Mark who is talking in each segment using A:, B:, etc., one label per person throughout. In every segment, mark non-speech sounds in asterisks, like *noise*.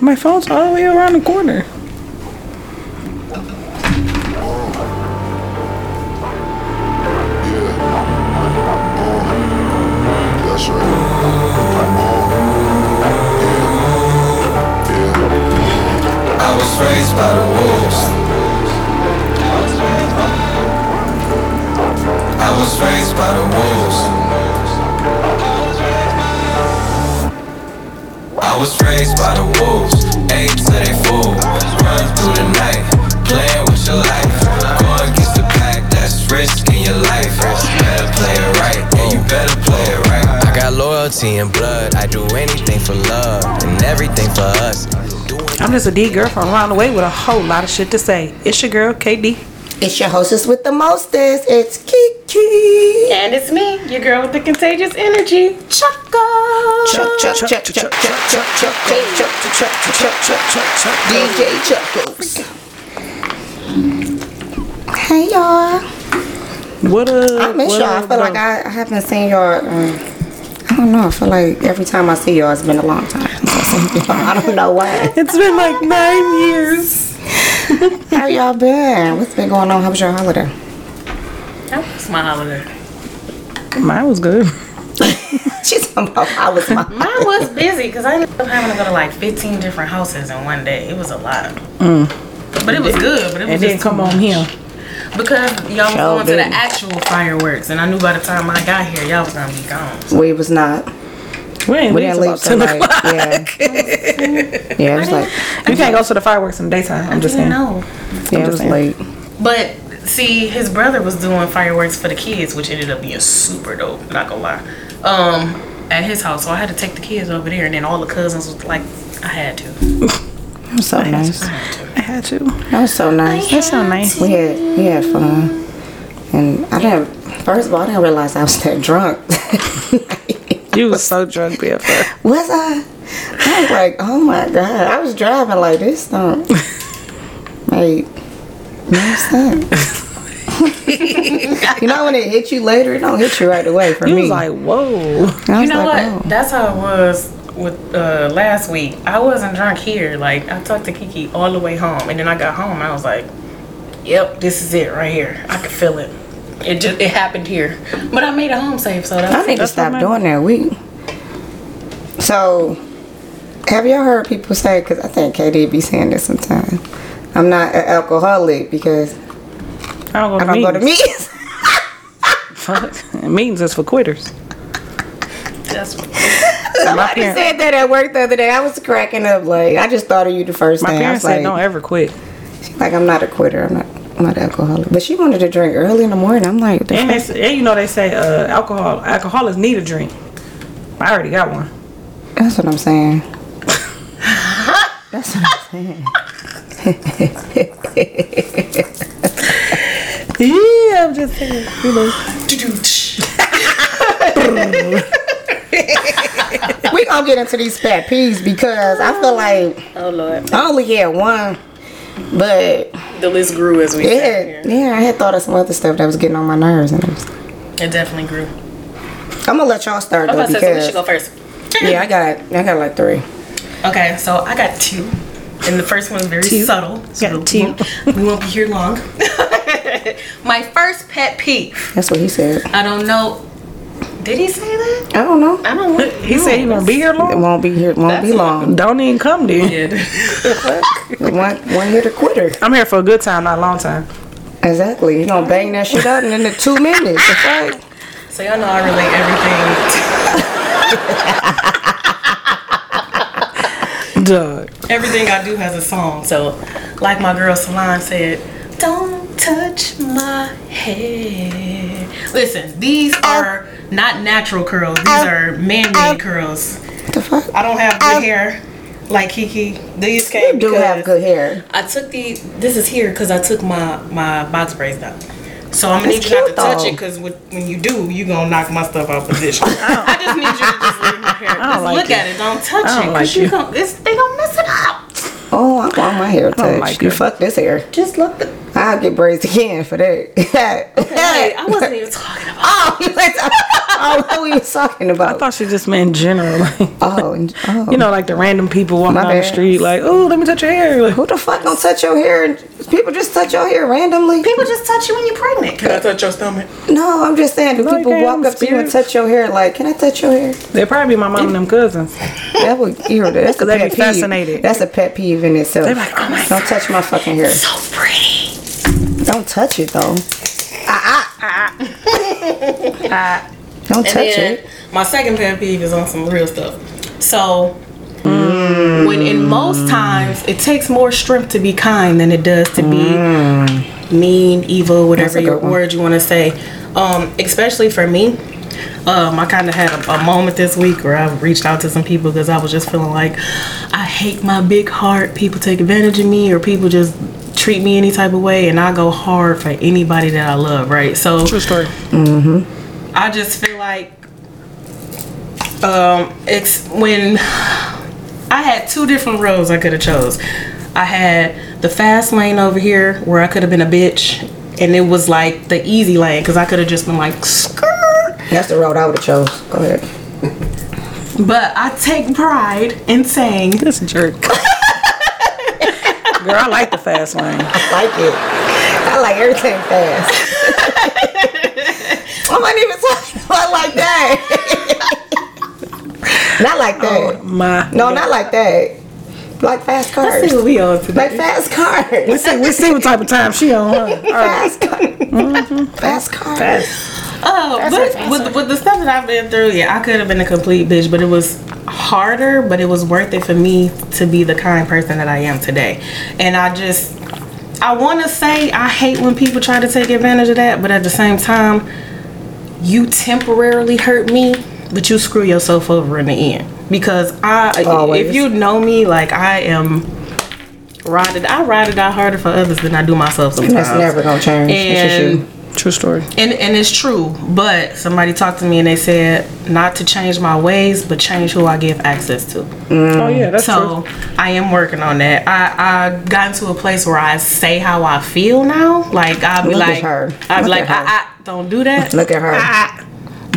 A: My phone's all the way around the corner.
B: That's right. Oh. Yeah.
C: I was raised by the wolves. I was raised by the wolves. I was raised by the wolves. Eight till they fall. Run through the night, playing with your life. Going against the pack, that's risk in your life. Better play it right, and you better play it right. I got loyalty and blood. I do anything for love and everything for us. Do
A: I'm just a D girl from around the way with a whole lot of shit to say. It's your girl, KD.
D: It's your hostess with the mostest. It's Kiki.
E: And it's me, your girl with the contagious energy, Choco.
D: Chuck, Chuck, Chuck, Chuck, Chuck, Chuck, Chuck, Chuck, Chuck, Chuck, Chuck, Chuck, Chuck, Chuck, DJ Chuckles. Hey y'all.
A: What up?
D: I miss
A: what
D: y'all. I
A: up,
D: feel like
A: though?
D: I, I haven't seen y'all. Um, I don't know. I feel like every time I see y'all, it's been a long time. *laughs* I don't know *laughs* why.
A: It's been like nine years.
D: How y'all been? What's been going on? How was your holiday? *laughs*
E: That was my holiday.
A: Mine was good.
D: She's talking about I was my.
E: Mine was busy because I ended up having to go to like 15 different houses in one day. It was a lot. But it was good. But it was
A: And
E: just
A: then come on here.
E: because y'all was
D: Sure
E: going to
D: didn't.
E: the actual fireworks, and I knew by the time I got here, y'all was gonna be
D: *laughs*
E: gone.
D: We was not.
A: We ain't
D: We didn't
A: leave till
D: leave
A: about 10
D: till like
A: *laughs* o'clock.
D: yeah. *laughs* Yeah, it was like
A: You can't go to the fireworks in the daytime. I'm just saying.
E: know.
D: yeah, it was late.
E: But see, his brother was doing fireworks for the kids, which ended up being super dope. Not gonna lie. Um, at his house, so I had to take the kids over there, and then all the cousins was like, I had to.
D: That was so nice.
E: I had to.
A: I had to.
D: That was so nice.
A: That's so nice.
D: We had we had fun, and I didn't. First of all, I didn't realize I was that drunk. *laughs*
A: You was so drunk, BFF.
D: was I? I was like, oh my god, I was driving like
A: *laughs*
D: this. Don't like no
A: *laughs*
D: sense. you know when it hits you later, it don't hit you right away. For
A: You
D: me,
A: was like, whoa.
D: I
E: You
D: was
E: know
D: like,
E: what?
D: oh.
E: That's how it was with uh, last week. I wasn't drunk here. Like I talked to Kiki all the way home, and then I got home, and I was like, Yep, this is it right here. I could feel it. It just it happened here, but I made it home safe, so that's
D: oh, I need to
A: That's what
D: stop
A: my-
D: doing that. We so have y'all heard people say? Because I think KD be saying this sometimes. I'm not an alcoholic because
A: I don't go to
D: I don't go to
A: meetings.
D: meetings.
A: Fuck. *laughs* meetings is for quitters.
E: that's what.
A: My
D: *laughs* Somebody
A: parents,
D: said that at work the other day. I was cracking up. Like I just thought of you the first
A: my
D: thing. I
A: parents
D: was
A: said
D: like,
A: don't ever quit.
D: like I'm not a quitter. I'm not. I'm not an alcoholic. But she wanted to drink early in the morning. I'm like, the
A: And,
D: fuck?
A: they, s- and you know they say uh, alcohol alcoholics need a drink. I already got one.
D: that's what I'm saying. that's what I'm saying. *laughs*
A: Yeah, I'm just saying. You know.
D: *laughs* we gonna get into these fat peas because I feel like
E: Oh Lord,
D: I only had one, but
E: the list grew as we
D: it had,
E: sat here.
D: yeah, I had thought of some other stuff that was getting on my nerves, and it was,
E: It definitely grew.
D: I'm gonna let y'all start
E: I'm
D: though
E: about to say so we should go
D: because
E: first.
D: yeah, I got I got like three.
E: Okay, so I got two, and the first one's very subtle. So
A: Got
E: we
A: two.
E: won't- We won't be here long. *laughs* My first pet peeve.
D: That's what he said.
E: I don't know. Did he say that?
D: I don't know.
E: I don't. Want,
A: He said he gonna be here
D: It
A: long.
D: won't be here. It won't be
E: That's-
D: long.
A: Don't even come then.
D: One one hit a quitter.
A: I'm here for a good time, not a long time.
D: Exactly. You gonna bang that shit out in the two minutes. The fuck?
E: So y'all know I relate everything,
A: Doug.
E: to, everything I do has a song. So, like my girl Salon said, "Don't touch my hair." Listen, these are not natural curls. These are man-made curls.
D: The fuck?
E: I don't have good hair like Kiki. These came.
D: You *laughs* do have
E: because-
D: good hair.
E: I took the. This is here because I took my my box braids down. So I'm gonna
D: That's
E: need you not to
D: cute,
E: touch
D: though.
E: it because when you do, you gonna knock my stuff out position. *laughs* I just need you to just leave my hair.
A: don't
E: Just
A: like
E: look
A: it.
E: at it. Don't touch
A: I don't
E: it
A: like
E: because you
A: it.
E: gonna this they gonna mess it up.
D: Oh, I I don't want my hair touched.
A: like
D: you
A: it.
D: fuck this hair.
E: Just look. The-
D: I'll get braids again for that. *laughs*
E: Hey, I wasn't even talking about.
D: Oh, you went to- *laughs* oh, what were you talking about?
A: I thought she just meant in general. *laughs* Like,
D: oh, and- oh.
A: you know, like the random people walking
D: My
A: down the
D: bad.
A: street, like, oh, let me touch your hair. Like,
D: who the fuck don't touch your hair? People just touch your hair randomly.
E: People just touch you when you're pregnant. Can I touch your stomach?
D: No, I'm just saying, do
A: No, you
D: people
A: can't.
D: walk up to you and
A: Spirit.
D: touch your hair like, can I touch your hair?
A: they probably be my mom and them cousins.
D: That would irritate. That's a
A: They'd be
D: pet peeve.
A: fascinated.
D: That's a pet peeve in itself.
A: They're like, oh my
D: don't touch my fucking hair.
E: So pretty.
D: Don't touch it though. Ah ah. Don't touch
E: And
D: it.
E: then my second pet peeve is on some real stuff. So, when in most times it takes more strength to be kind than it does to be mean, evil, whatever
D: a
E: your
D: good one.
E: word you want to say. Um, especially for me, um, I kind of had a, a moment this week where I reached out to some people because I was just feeling like I hate my big heart. People take advantage of me, or people just treat me any type of way, and I go hard for anybody that I love. Right? So
A: True story.
E: I just feel like um it's when I had two different roads I could have chose. I had the fast lane over here where I could have been a bitch and it was like the easy lane cuz I could have just been like skirt.
D: That's the road I would have chose. Go ahead.
E: But I take pride in saying
A: This
D: *laughs*
A: jerk. Girl, I like the fast lane.
D: I like it. I like everything fast. *laughs* I'm not even talking about like that. not like that.
A: My
D: no, not like that. Like fast
E: Let's see *laughs*
D: cars.
E: what we on today.
D: Like fast cars.
A: we see, we see what type of time she on. Huh? All right.
D: Fast car. Mm-hmm. Fast car.
E: Oh, but with, with the stuff that I've been through, yeah, I could have been a complete bitch, but it was harder, but it was worth it for me to be the kind person that I am today. And I just, I want to say I hate when people try to take advantage of that, but at the same time, you temporarily hurt me, but you screw yourself over in the end. Because I,
D: Always.
E: if you know me, like I am rotted, I ride it out harder for others than I do myself sometimes.
D: That's never gonna change. It's just
E: And
D: you.
A: True story.
E: and, and it's true, but somebody talked to me and they said not to change my ways, but change who I give access to.
A: Oh yeah, that's
E: so I am working on that. I I got into a place where I say how I feel now. Like I'll be
D: Look at
E: like,
D: her.
E: I'll be
D: Look
E: like,
D: at her.
E: I, I don't do that.
D: Look Ah. at her.
E: Ah.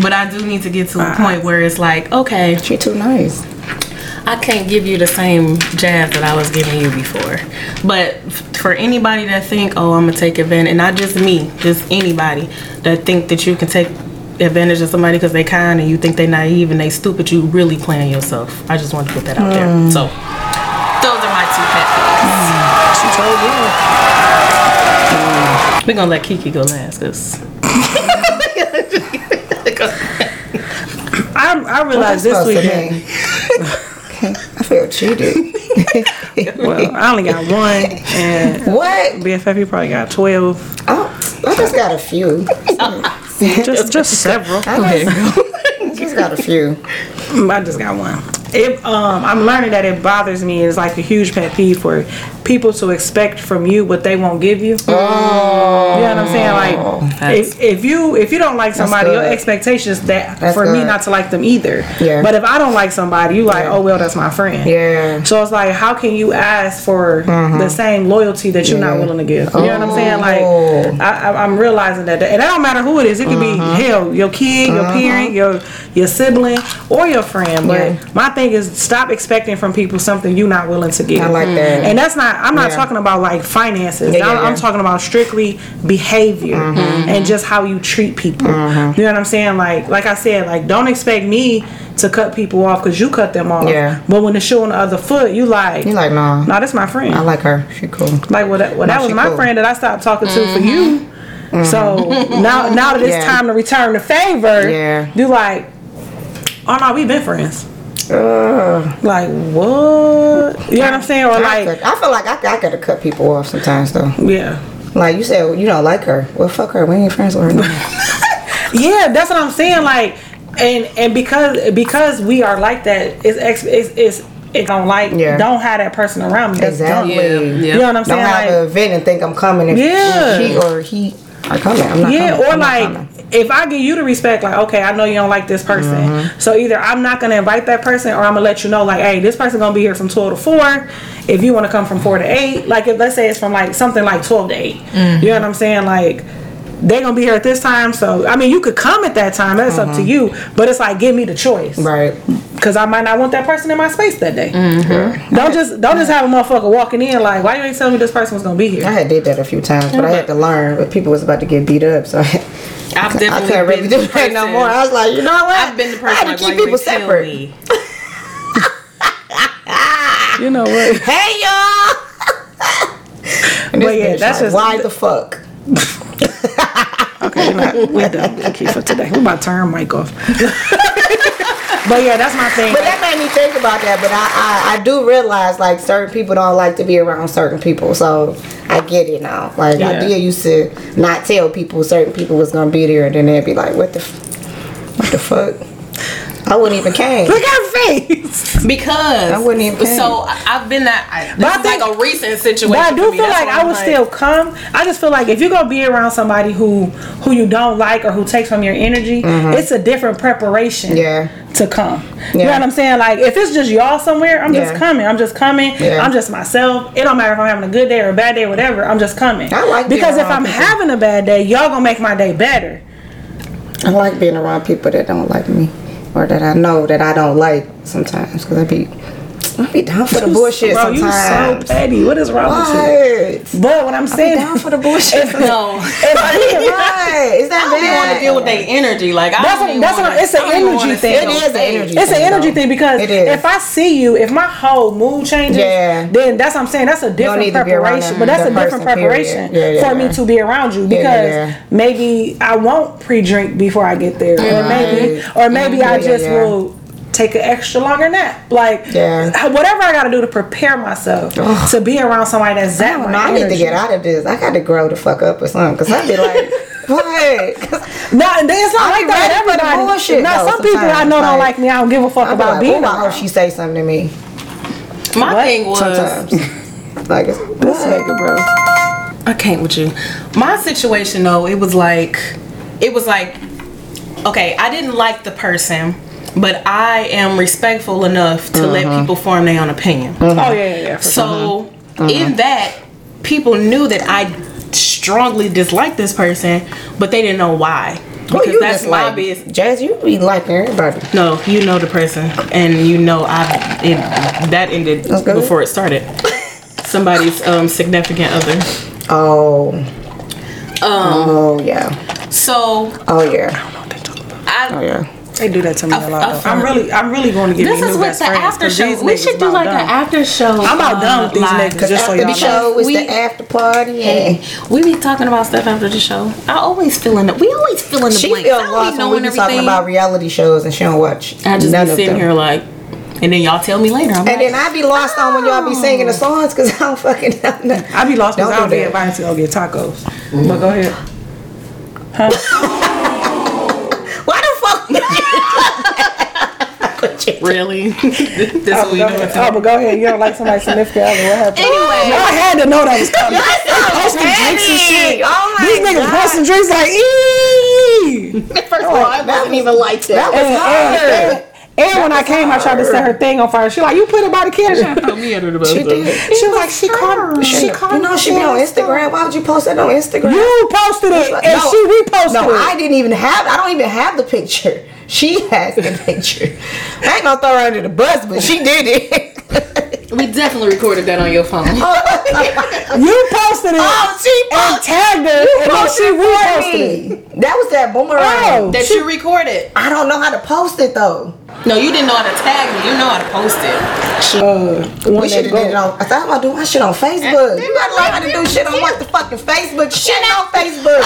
E: But I do need to get to a point where it's like, okay,
D: She too nice.
E: I can't give you the same jazz that I was giving you before. But f- for anybody that think, oh, I'm gonna take advantage, and not just me, just anybody that think that you can take advantage of somebody because they kind and you think they naive and they stupid, you really playing yourself. I just want to put that out there.
D: Mm.
E: So those are my
A: true. She told you.
E: two pet peeves. We're gonna let Kiki go last, cause
A: I, I realized this
D: supposed to
A: weekend.
D: mean? I feel cheated.
A: Well, I only got
D: *laughs*
A: one, and
D: What?
A: BFF you probably got
D: *laughs*
A: twelve.
D: Oh, I just got a few.
A: Just just several.
D: *laughs* I just, just got a few.
A: I just got one. It, um, I'm learning that it bothers me. It's like a huge pet peeve for people to expect from you what they won't give you.
D: Oh.
A: You know what I'm saying? Like,
E: That's-
A: if, if you if you don't like somebody, your
D: good.
A: expectations that
D: That's
A: for me
D: good.
A: not to like them either.
D: Yeah.
A: But if I don't like somebody, you like, oh well, that's my friend.
D: Yeah. Mm-hmm.
A: So it's like, how can you ask for the same loyalty that you're not willing to give? You know what I'm saying?
D: Oh.
A: Like, I, I, I'm realizing that, and it don't matter who it is. It could
D: Mm-hmm.
A: be hell, your kid, your parent, your your sibling, or your friend. But
D: Yeah.
A: my thing is, stop expecting from people something you're not willing to give.
D: I like that.
A: And that's not. I'm not
D: Yeah.
A: talking about like finances.
D: Yeah, yeah,
A: I'm, I'm
D: yeah. Mm-hmm.
A: talking about strictly behavior and just how you treat people. You know what I'm saying? Like, like I said, like don't expect me to cut people off because you cut them off.
D: Yeah.
A: But when the shoe on the other foot, you like,
D: You like nah.
A: nah, that's my friend.
D: I like her. She cool.
A: Like, well, that, well, that
D: Nah,
A: was
D: she
A: my
D: cool.
A: friend that I stopped talking to for you. So now, now that it's
D: Yeah.
A: time to return the favor,
D: Yeah.
A: you like, oh no, we've been friends.
D: Ugh.
A: Like what? You know what I'm saying? Or
D: I,
A: like,
D: could, I feel like I, could- I gotta cut people off sometimes though.
A: yeah.
D: Like you said, you don't like her. Well, fuck her. We ain't friends with her. No. more.
A: Yeah, that's what I'm saying. Like, and and because because we are like that, it's ex, it's it's it don't like
D: Yeah.
A: don't have that person around me. That's dumb.
D: *laughs* Exactly.
A: You know what I'm
D: Don't
A: saying?
D: have
A: Like,
D: an event and think I'm coming. If
A: Yeah.
D: she or he I come in. I'm not
A: Yeah,
D: coming.
A: or
D: I'm not coming.
A: like if I give you the respect, like okay, I know you don't like this person,
D: Mm-hmm.
A: so either I'm not gonna invite that person, or I'm gonna let you know, like, hey, this person gonna be here from twelve to four. If you want to come from four to eight, like if let's say it's from like something like twelve to 8
D: Mm-hmm.
A: you know what I'm saying, like. They gonna be here at this time, so I mean, you could come at that time. That's up to you, but it's like give me the choice,
D: Mm-hmm. right.
A: Because I might not want that person in my space that day.
D: Mm-hmm.
A: Don't just don't just have a motherfucker walking in like, why you ain't telling me this person was gonna be here?
D: I had did that a few times, but I had to learn. But people was about to get beat up, so *laughs* I,
E: I've
D: I
E: definitely
D: couldn't really
E: been
D: do
E: the
D: that no
E: person-
D: more. I was like, you know what?
E: I've been the person
D: I had
E: like,
D: to keep
E: like,
D: people
E: they kill
D: separate.
E: me.
A: You know what?
D: Hey y'all! *laughs* And this
A: But yeah,
D: bitch
A: that's
D: like,
A: just-
D: why the fuck.
A: Okay, we're, not, we're done with the key for today. We're about to turn mic off. *laughs* but yeah, that's my thing.
D: But that made me think about that. But I, I, I do realize like certain people don't like to be around certain people, so I get it now. Like I
A: Yeah.
D: did used to not tell people certain people was gonna be there, and then they'd be like, what the, f- what the fuck? I wouldn't even came.
A: Look at her face.
E: Because
D: I wouldn't even care.
E: So I- I've been that. I, this
A: I
E: is
A: think-
E: like a recent situation.
A: But I do
E: for me.
A: feel
E: That's
A: like
E: why
A: I
E: I'm
A: would still come. I just feel like if you're gonna be around somebody who who you don't like or who takes from your energy, it's a different preparation.
D: Mm-hmm. Yeah.
A: To come. You know
D: Yeah.
A: what I'm saying? Like if it's just y'all somewhere, I'm just
D: Yeah.
A: coming. I'm just coming.
D: Yeah.
A: I'm just myself. It don't matter if I'm having a good day or a bad day, whatever. I'm just coming.
D: I like being
A: because if I'm
D: around people.
A: having a bad day, y'all gonna make my day better.
D: I like being around people that don't like me or that I know that I don't like sometimes because I be I be down for the
A: *laughs*
D: bullshit
A: Bro, you
D: sometimes.
A: so petty. What is wrong with you?
D: what? *laughs*
A: But what I'm
D: Be
A: saying,
D: down for the
A: *laughs*
D: bullshit.
A: if,
E: No.
A: if we around-
D: *laughs* right? Is that
E: I don't even want
D: bad?
E: to deal with their energy. Like I
A: That's
E: don't
A: what-
E: even
A: that's what-
E: wanna-
A: it's an
E: I don't even
A: energy
E: wanna
A: thing.
E: sit
A: It
E: on
D: is an
E: stage.
D: energy.
A: it's an energy
D: though.
A: thing because
D: It is.
A: if I see you, if my whole mood changes,
D: Yeah.
A: then that's what I'm saying. That's a different
D: need to be around
A: preparation.
D: that-
A: But that's
D: that
A: a different
D: person, period.
A: preparation
D: Yeah, yeah,
A: for
D: yeah.
A: me to be around you because
D: yeah, yeah.
A: maybe I won't pre-drink before I get there, or maybe, or maybe I
D: Mm-hmm. Yeah, yeah,
A: just
D: yeah.
A: will take an extra longer nap. Like
D: Yeah.
A: whatever I got to do to prepare myself to be around somebody that's that.
D: No,
A: much
D: no, I need to
A: energy.
D: get out of this. I got to grow the fuck up or something because I be *laughs* like, what? 'Cause
A: No, and it's not
D: I
A: like
D: be
A: that.
D: ready for the
A: Everybody.
D: bullshit,
A: Now,
D: though,
A: some people I know don't
D: sometimes.
A: like me. I don't give a fuck
D: I be
A: about
D: like,
A: being
D: "Ooh, I hope
A: around.
D: she say something to me
E: My thing was
D: sometimes. like it's
A: This nigga, bro.
E: I can't with you. My situation though, it was like it was like okay, I didn't like the person, but I am respectful enough to let
A: Mm-hmm.
E: people form their own opinion.
A: Oh yeah, yeah, yeah. for sure.
E: So
A: Mm-hmm.
E: in that, people knew that I strongly disliked this person, but they didn't know why.
D: Who
E: Because
D: you
E: that's my
D: dislike?
E: business.
D: Jazz, you be liking everybody.
E: No, you know the person, and you know I. It, that ended
D: Okay.
E: before it started. Somebody's um, significant other.
D: Oh.
E: Um,
D: oh yeah.
E: So
D: Oh yeah.
E: I.
D: Oh yeah.
A: They do that to me a
E: I-
A: lot. Though. I'm
E: I-
A: really, I'm really going to get
E: This
A: me
E: is
A: new
E: what
A: best
E: the
A: friends.
E: after
A: 'cause
E: show.
A: these
E: We
A: niggas
E: should do
A: about
E: like
A: done.
E: an after show. uh,
A: I'm about done with these
E: live.
A: niggas. Just so
D: after
A: y'all
D: the show
A: know.
D: is
E: We-
D: the after party. And
E: We be talking about stuff after the show. I always fill in the. We always fill in the
D: she
E: blanks.
D: feels
E: I don't
D: lost
E: be
D: when we
E: knowing
D: be talking
E: everything.
D: about reality shows and she don't watch
E: I just
D: none
E: be
D: of
E: sitting
D: them.
E: here like, and then y'all tell me later. I'm
D: and
E: like,
D: then I be lost on when y'all be singing
E: Oh.
D: the songs because I don't fucking know. nothing.
A: I be lost because
D: Don't
A: I don't
D: do
A: be
D: that.
A: invited to go get tacos. But go ahead.
D: Why the fuck? would you
E: *laughs*
D: do that?
E: *laughs* really? *laughs* this is
A: Oh,
E: what we
A: go
E: doing *laughs*
A: ahead.
E: today.
A: oh, but go ahead. You don't like somebody's significant other. What happened?
E: Anyway.
A: I had to know that was coming.
D: That's so
A: Posting drinks and
D: petty.
A: shit.
D: Oh my
A: These niggas
D: God.
A: posting drinks like, eee.
E: First of all, I wasn't even like
D: That was
A: And,
D: hard.
A: and, and when I came, I tried to set her thing on fire. She like, you put it by the
E: *laughs*
A: kitchen.
E: Put me under the bus.
D: She did.
A: She was like, she called. She called.
D: You know she be on Instagram. Why would you post that on Instagram?
A: You posted it, and
D: No.
A: she reposted
D: No,
A: it.
D: I didn't even have. I don't even have the picture. *laughs* She has the picture. I ain't gonna throw her under the bus, but she
A: *laughs*
D: did it.
E: We definitely recorded that on your phone.
A: you posted it.
D: Oh, she
A: and
D: posted-
A: tagged her,
D: You
A: and then she
D: posted it for
A: reposted it.
D: me. That was that boomerang.
A: Oh.
E: that you recorded.
D: I don't know how to post it though.
E: No, you didn't know how to tag me. You know how to post it.
A: Uh, one
D: We should
A: that
D: have did it
A: go.
D: on. I thought I'm gonna do my shit on Facebook. You gotta learn how to do shit on what the fucking Facebook. Shit on
A: *laughs*
D: Facebook.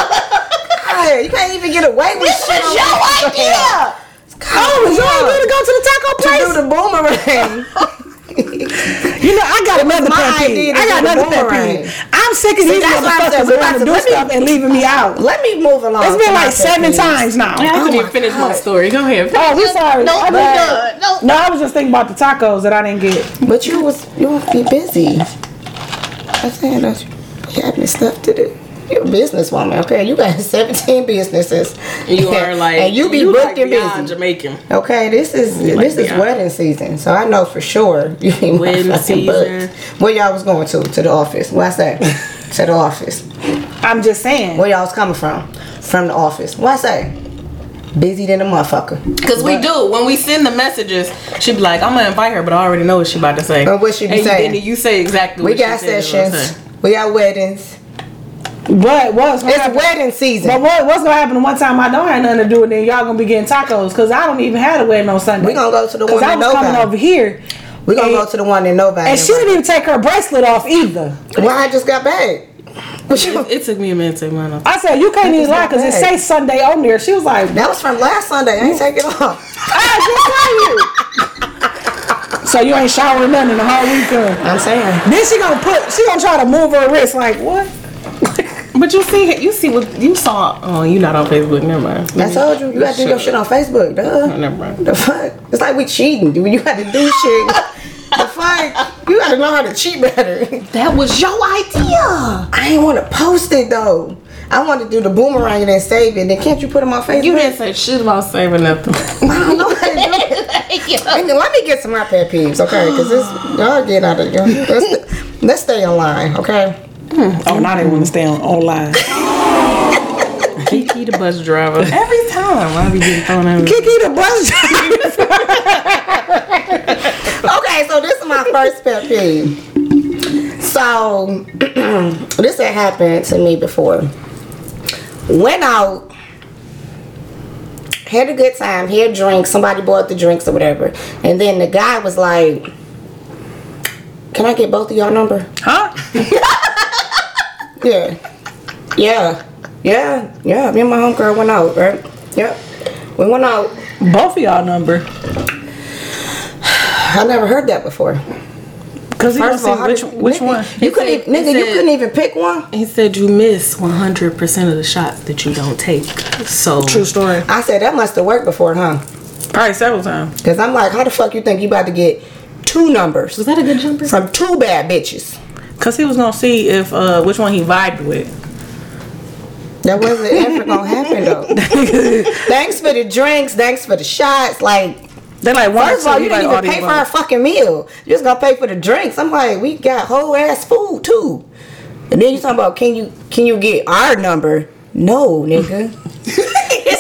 D: God, you can't even get away with shit on Facebook.
A: Oh, you ain't need to
D: Yeah.
A: go to the taco
D: to
A: place.
D: do the boomerang.
A: *laughs* You know, I got another
D: my
A: pet
D: idea
A: peeve.
D: to
A: I got
D: do the
A: another pet
D: boomerang.
A: peeve. I'm sick of these
D: that's what I'm saying.
A: motherfuckers
D: We about
A: going to
D: to-
A: do
D: let me-
A: stuff and leaving me out.
D: Let me move along.
A: It's been
D: to my
A: like seven
D: pet peeves.
A: times
E: I
A: now.
E: haven't
D: Oh my
E: even finished my
D: God.
E: story. Go ahead.
A: Oh, we sorry.
E: No,
A: I
E: we
A: bet.
E: done.
A: No, I was just thinking about the tacos that I didn't get.
D: But you was you have to be busy. I'm saying that you you had uh, me stuff to do. You're a businesswoman, okay? You got *laughs* 17 businesses.
E: You are
D: *laughs*
E: like
D: and you be booked and
E: beyond
D: busy.
E: Jamaican.
D: Okay, this is
E: You like
D: this is
E: Beyonce.
D: wedding season, so I know for sure *laughs* you ain't
E: Wedding
D: motherfucking
E: season.
D: booked. Where y'all was going to? To the office. What's
E: *laughs*
D: that? to the office.
A: I'm just saying.
D: Where y'all was coming from? From the office. What's that? Busy than a motherfucker.
E: Cause we do when we send the messages, she be like, "I'm gonna invite her," but I already know what she about to say.
D: But what she be
E: And you-
D: saying?
E: then you say exactly.
D: We
E: what she
D: got
E: said is what I'm
D: sessions.
E: saying.
D: We got weddings.
A: But what's gonna
D: It's
A: happen-
D: wedding season.
A: But what, what's gonna happen one time I don't have nothing to do and then y'all gonna be getting tacos because I don't even have a wedding on Sunday.
D: We gonna go to the
A: Because
D: one
A: I
D: in
A: was coming
D: Novi.
A: over here
D: We gonna
A: and-
D: go to the one in Novi.
A: and she didn't even take her bracelet off either.
D: Well, I just
A: *laughs*
D: got back. What you-
E: It, it took me a minute to take mine off.
A: I said you can't even lie
D: not
A: because it
D: bad.
A: says Sunday on there. She was like,
D: that was from last Sunday. I ain't take it off.
A: I just saw you. so you ain't showering none in the whole weekend.
D: I'm saying.
A: Then she gonna put she gonna try to move her wrist like what?
E: But you see, you see what you saw. Oh, you not on Facebook? Never mind.
D: I told you, you got to do your shit on Facebook,
E: Oh,
D: duh.
E: never mind.
D: The fuck? It's like we cheating, dude. You got to do shit. the fuck? You got to know how to cheat better.
E: That was your idea.
D: I ain't want to post it though. I want to do the boomerang and then save it. Then can't you put it on my Facebook?
E: You didn't say shit about saving nothing. *laughs*
D: I don't know how to do it. And then let me get to my pet peeves, okay? Because this y'all get out of y'all. Let's, let's stay online, okay?
A: Oh, now they want to stay on online.
E: Kiki the bus driver. Every time I be getting thrown out.
A: Kiki the bus driver.
D: Okay, so this is my first pet peeve. So *clears throat* this had happened to me before. Went out, had a good time, had drinks, somebody bought the drinks or whatever. And then the guy was like, Can I get both of y'all number?
A: Huh?
D: *laughs* Yeah. Yeah. Yeah. Yeah. Me and my homegirl went out, right? Yep. We went out.
A: Both of y'all number.
D: I never heard that before.
A: Cause you don't
D: First
A: see
D: of all, how
A: which
D: did-
A: which
D: nigga,
A: one.
D: You couldn't,
E: said-
D: even, nigga.
E: it
D: You
E: said-
D: couldn't even pick one.
E: He said you miss 100% of the shots that you don't take. So
A: True story.
D: I said that must have worked before, huh?
A: Probably several times.
D: Because I'm like, how the fuck you think you about to get two numbers
E: Was that a good jumper?
D: from two bad bitches?
A: Cause he was gonna see if uh which one he vibed with.
D: That wasn't ever gonna happen though. thanks for the drinks. Thanks for the shots. Like,
A: They like one
D: first
A: or
D: of all,
A: two,
D: you
A: like,
D: didn't
A: all
D: even
A: these
D: pay for
A: ones. *laughs*
D: our fucking meal. You just gonna pay for the drinks. I'm like, we got whole ass food too. And then you talking about can you can you get our number? No, nigga.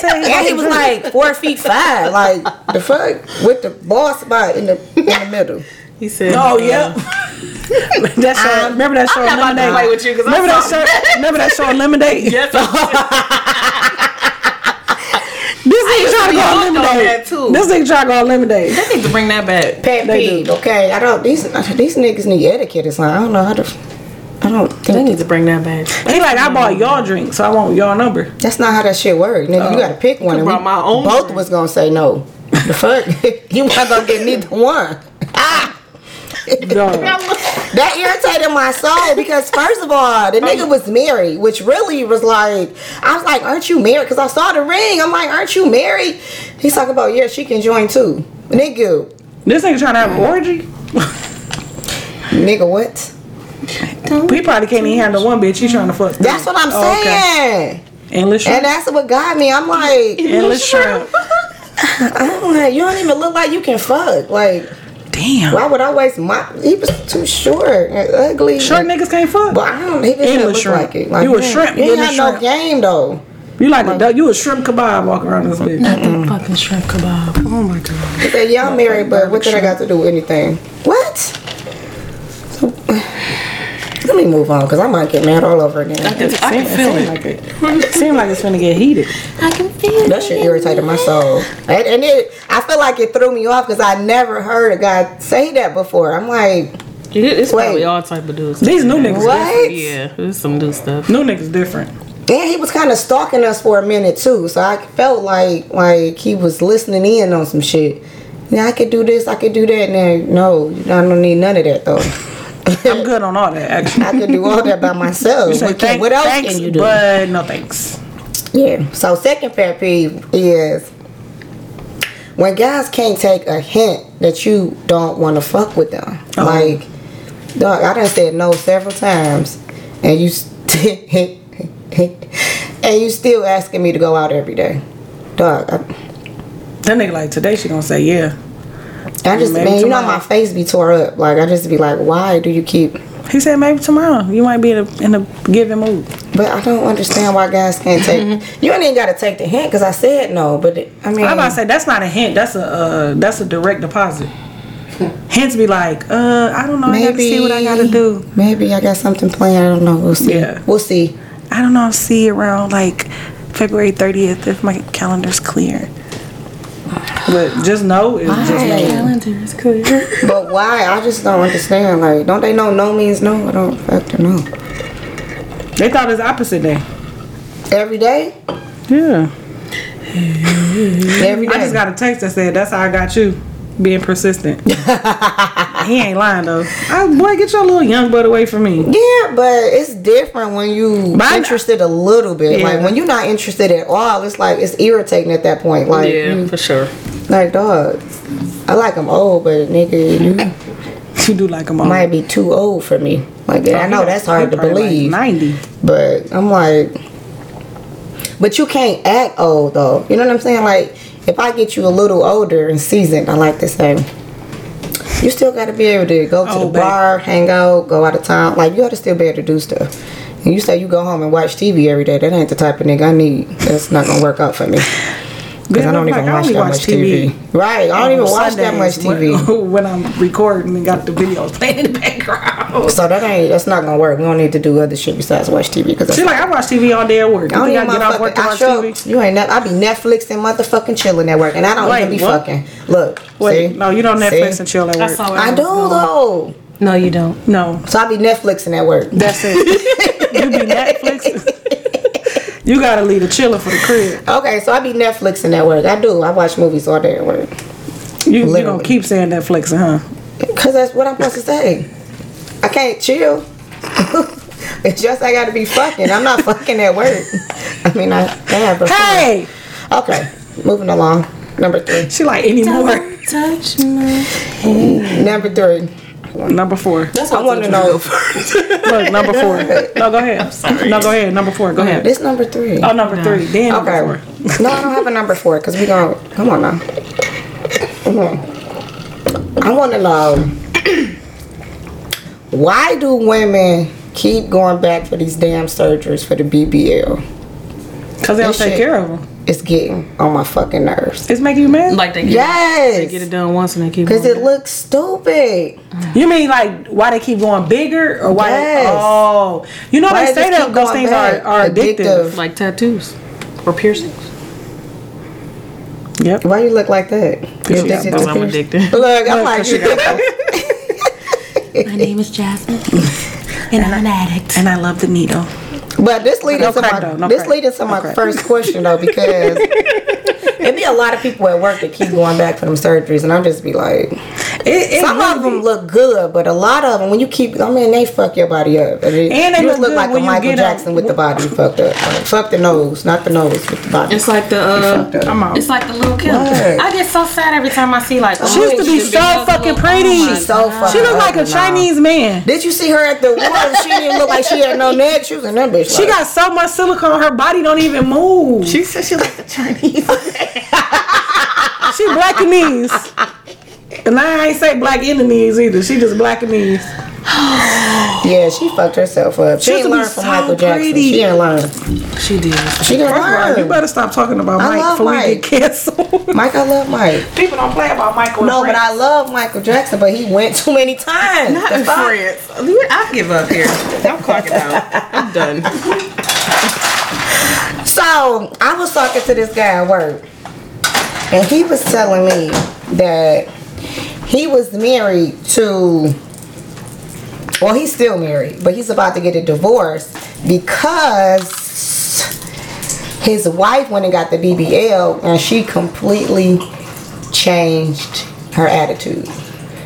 D: and he was like four feet five, like the fuck with the ball spot in the in the middle.
E: He said,
A: Oh yeah. *laughs* that show, remember that show
E: Um, I'm not about to
A: Lemonade?
E: play with you 'cause I'm
A: remember that show? Remember that show
E: *laughs*
A: Lemonade?
E: Yes,
D: *laughs*
A: This nigga
E: used to
A: trying to
E: be
A: go on
E: hooked on
A: Lemonade.
E: that, too.
A: This nigga trying to go on Lemonade.
E: I need to bring that back.
D: Pet
A: They
D: peeve, okay? I don't these these niggas need etiquette. It's like I don't know how to. I don't
E: They
D: think
E: need to bring that back.
A: He like I bought y'all drink, so I want y'all number.
D: that's not how that shit works, nigga. you gotta pick one. and
E: brought
D: we
E: my own
D: both
E: drink.
D: was gonna say no. The fuck, *laughs* you not gonna get neither one. Ah,
A: Dog.
D: that irritated my soul because first of all, the nigga was married, which really was like, I was like, aren't you married? Because I saw the ring. I'm like, aren't you married? He's talking about yeah, she can join too, nigga.
A: This nigga trying to have an orgy.
D: Nigga, what?
A: He probably can't even handle one bitch. He trying to fuck. three.
D: That's what I'm
A: Oh, okay.
D: saying.
A: Endless shrimp.
D: And that's what got me. I'm
A: *laughs*
D: like,
A: Endless shrimp.
D: I'm like, you don't even look like you can fuck. Like,
A: Damn.
D: why would I waste my? He was too short and ugly.
A: Short niggas can't fuck.
D: But I don't. He didn't
A: Endless
D: look
A: shrimp.
D: like it. Like,
A: You a
D: yeah,
A: shrimp,
D: You
A: you
D: ain't
A: a
D: got no
A: shrimp.
D: game though.
A: You like a duck. You a shrimp kebab walking around this
E: *laughs*
A: bitch.
E: That fucking shrimp kebab. Oh my god.
D: He said, "Y'all married, but what did I got to do with anything? What?" So, let me move on because I might get mad all over again.
E: I can feel it.
A: like it. Seem like it's gonna get heated.
D: That shit irritated my soul, and, and it. I feel like it threw me off because I never heard a guy say that before. I'm like,
E: It- It's
D: Wait.
E: probably all type of dudes.
A: These new niggas.
D: What?
A: different.
E: Yeah, there's some new stuff.
A: New niggas different.
D: And he was kind of stalking us for a minute too, so I felt like like he was listening in on some shit. Yeah, I could do this, I could do that. And no, I don't need none of that though. *laughs*
A: I'm good on all that actually.
D: I could do all that by myself.
A: You say,
D: what, can,
A: "Thank-
D: what else
A: thanks,
D: can you do?
A: But no thanks.
D: yeah. So second pet peeve is when guys can't take a hint that you don't want to fuck with them.
A: Oh.
D: Like, dog, I done said no several times, and you. St- *laughs* and you still asking me to go out every day, dog. I,
A: That nigga like today she gonna say yeah.
D: I just
A: Maybe
D: man, you know
A: tomorrow.
D: my face be tore up. Like I just be like, why do you keep?
A: He said maybe tomorrow you might be in a, in a giving mood.
D: But I don't understand why guys can't take.
A: Mm-hmm.
D: you ain't even got to take the hint because I said no. But it- I mean,
A: I'm about to say that's not a hint. That's a uh, that's a direct deposit. *laughs* Hints be like, uh, I don't know. I gotta see what I gotta do.
D: Maybe I got something planned. I don't know. We'll see.
A: Yeah.
D: We'll see.
A: I don't know. See around like February 30th if my calendar's clear. But just know is just
D: Why?
A: know.
D: But why? I just don't understand. Like, don't they know no means no? I don't fucking know.
A: They thought it's opposite day.
D: Every day?
A: Yeah.
D: Every day.
A: I just got a text that said that's how I got you. Being persistent. he ain't lying though. I, boy, get your little young butt away from me. *laughs*
D: yeah, but it's different when you
A: But I-
D: interested a little bit.
A: Yeah.
D: Like when you're not interested at all, it's like it's irritating at that point. Like,
E: Yeah, for sure.
D: like dog, I like I'm old, but nigga,
A: *laughs*
D: you
A: You do like a mom.
D: might be too old for me. Like, I know that's hard to believe.
A: Ninety.
D: But I'm like, but you can't act old though. You know what I'm saying? Like, if I get you a little older and seasoned, I like to say, you still got to be able to go to
A: Oh,
D: the
A: babe.
D: bar, hang out, go out of town. Like, you got to still be able to do stuff. And you say you go home and watch TV every day. That ain't the type of nigga I need. That's not gonna work out for me. Cause I don't even watch that much TV. Right? I don't even watch that much TV.
A: when, *laughs* when I'm recording and got the videos playing in the background.
D: So that ain't. That's not gonna work. We don't need to do other shit besides watch TV. Cause that's
A: She like I watch TV all day at work. You
D: I
A: think I
D: don't
A: get
D: even
A: off work
D: motherfucking.
A: to
D: I
A: watch
D: sure,
A: TV?
D: you ain't. ne- I be Netflix and motherfucking chilling at work, and I don't
A: Wait,
D: even be
A: what?
D: fucking. Look,
A: Wait,
D: see?
A: no, you don't Netflix
D: See?
A: and chill at work.
D: I do though.
F: No, you
D: *laughs*
F: don't.
A: No,
D: So I be Netflixing at work.
A: that's
D: *laughs*
A: it. you be Netflix.
D: *laughs*
A: you gotta leave a chiller for the crib.
D: Okay, so I be Netflixing at work. I do. I watch movies all day at work.
A: You, you gonna
D: Literally.
A: keep saying Netflix, huh?
D: Cause that's what I'm supposed to say. I can't chill. *laughs* it's just I gotta be fucking. I'm not fucking at work. I mean, I have. before.
A: Hey,
D: Okay, moving along. Number three.
A: she like anymore.
F: Touch me.
D: Number three.
A: number four.
D: I want to know.
A: Look, number
D: *laughs*
A: four. No, go ahead. No, go ahead. Number four. Go ahead.
D: This number three.
A: Oh, number three. Then number
D: Okay.
A: four.
D: no, I don't have a number for it because we going to come on now. Come on. I want to know *clears throat* why do women keep going back for these damn surgeries for the BBL?
A: Cause they don't
D: This
A: take
D: shit-
A: care of them.
D: It's getting on my fucking nerves.
A: It's making you mad.
F: Like they get, they get it
D: Yes,
F: done once and they keep.
D: because
F: going
D: it looks stupid.
A: You mean like why they keep going bigger or why?
D: Yes.
A: They, oh, you know
D: Why
A: they
D: it
A: say
D: just
A: that
D: keep
A: those
D: going
A: things
D: back?
A: are, are addictive.
F: back. like tattoos or piercings.
A: Yep.
D: Why you look like that? You
A: she got
D: addicted
F: Because
D: to
F: I'm
D: piercing?
F: addicted.
D: Look, I'm like, you
G: My name
D: *laughs*
G: is Jasmine, and I'm an addict.
A: And I love the needle.
D: But this leads
A: No
D: to
A: crack,
D: my
A: though. No
D: this
A: crack.
D: leads to my first question
A: *laughs*
D: though because it be a lot of people at work that keep going back for them surgeries and I'm just be like
A: It, it
D: some
A: really
D: of them look good but a lot of them when you keep I mean they fuck your body up and, it-
A: And they
D: you just
A: look
D: look
A: good
D: like a
A: when you
D: Michael
A: get 'em.
D: Jackson with the body fucked up Like, fuck the nose not the nose with the body
F: It's like the
A: be-
F: uh,
A: I'm out.
F: it's like the little Kim.
D: What?
E: I get so sad every time I see like.
A: She used to be
F: She's
A: so
F: big,
A: fucking
F: little-
A: pretty.
F: oh my
D: She's so
F: God.
A: she looked like a
D: ugly, nah.
A: Chinese man.
D: Did you see her at the one? She didn't look like she had
A: *laughs*
D: no neck. She was in that bitch.
A: She got so much silicone, her body don't even move. She,
E: She said she like the Chinese.
D: *laughs*
A: she blackanese. And I ain't say black Indianese either. She just blackanese.
D: yeah, she fucked herself up.
A: She
D: She,
A: used
D: didn't
A: to be
D: learn from
A: so
D: Michael Jackson.
A: pretty.
D: She didn't learn.
F: She did.
D: She didn't
A: First of all,
D: learn.
A: you better stop talking about
D: I
A: Mike
D: love
A: before we
D: Mike.
A: get canceled.
D: Mike, I love Mike.
A: People don't play about Michael.
D: No,
A: and
D: but
A: Prince.
D: I love Michael Jackson, but he went too many times.
F: Not
D: The
F: in
D: fuck?
F: France. I give up here. I'm clocking out. I'm
E: *laughs*
F: done.
D: So I was talking to this guy at work, and he was telling me that he was married to. Well, he's still married, but he's about to get a divorce because his wife went and got the BBL, and she completely changed her attitude.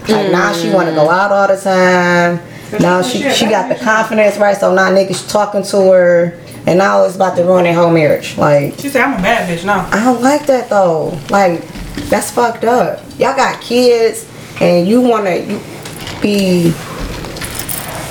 D: Like now she want to go out all the time. Now she she got the confidence right, so now niggas talking to her, and now it's about to ruin their whole marriage. Like
A: She said, I'm a bad bitch now.
D: I don't like that though. Like that's fucked up. Y'all got kids, and you want to be.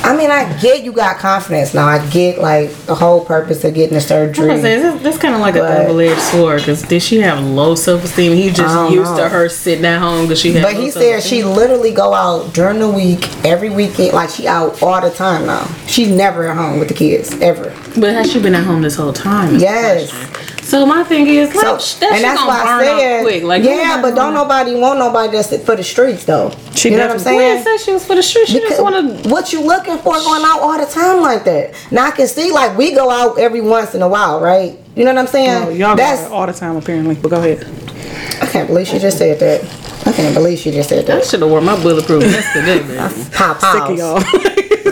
D: I I mean, I get you got confidence now. I get like the whole purpose of getting the surgery.
E: That's, that's, kind of like a
D: But-
E: double edged sword because did she have low self esteem? He
D: I
E: just
D: don't
E: used
D: know.
E: to her sitting at home because she had.
D: But
E: low
D: he said she
E: self-esteem.
D: literally go out during the week, every weekend. Like she out all the time now. She's never at home with the kids ever.
E: But has she been at home this whole time? is the
D: Yes.
E: question. So my thing is, like, that
D: So
E: shit gonna burn out quick. Like,
D: yeah, but don't
E: know.
D: nobody want nobody that's for the streets though.
A: She
D: you know what I'm
A: definitely-
D: saying?
E: said she was for the street. She
D: Because
E: just wanted.
D: what you looking for going out all the time like that? Now I can see like we go out every once in a while, right? You know what I'm saying?
A: Oh, y'all got
D: That's
A: it all the time apparently. But go ahead.
D: I can't believe she just said that. I can't believe she just said
E: I
D: that.
E: should have worn my bulletproof vest today, man.
D: *laughs* Pop
A: Sick of y'all.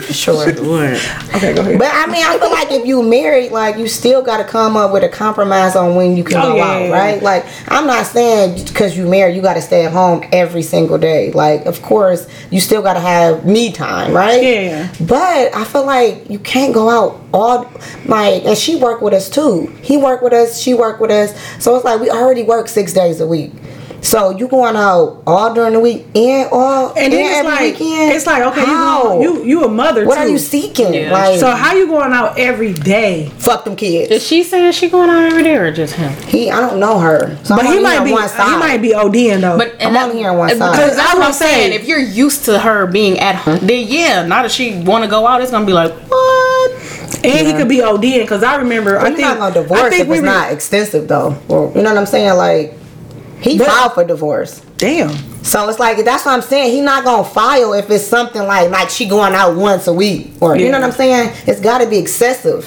D: for sure.
E: What?
A: okay, go ahead.
D: But I mean, I feel like if you married, like you still got to come up with a compromise on when you can
A: Oh,
D: go
A: yeah,
D: out,
A: yeah,
D: right? Like I'm not saying because you married, you got to stay at home every single day. Like of course, you still got to have me time, right?
A: Yeah.
D: But I feel like you can't go out all like, and she worked with us too. He worked with us, she worked with us, so it's like we already work six days a week. So you going out all during the week and all
A: and then it's
D: every
A: like
D: weekend?
A: it's like okay, you
D: How?
A: going- you you a mother
D: What
A: too.
D: are you seeking?
E: Yeah.
D: Like,
A: so how you going out every day?
D: fuck them kids.
E: Is she saying she going out every day or just him?
D: He, I don't know her, so
A: But he
D: I'm only
A: might
D: on
A: be
D: one side.
A: he might be ODing though.
E: But
D: I'm only hearing one side.
E: Because
A: I
E: that's what I'm
A: was
E: saying.
A: saying.
E: If you're used to her being at home, then yeah, now that she want to go out, it's gonna be like what?
A: and he could be ODing because I remember I
D: But
A: think
D: you're not gonna divorce
A: I think
D: if it's
A: we were-
D: not extensive, though. Well, you know what I'm saying? Like, he
A: But-
D: filed for divorce,
A: Damn,
D: so it's like that's what I'm saying. He not gonna file if it's something like like she going out once a week, or you know what I'm saying? It's got to be excessive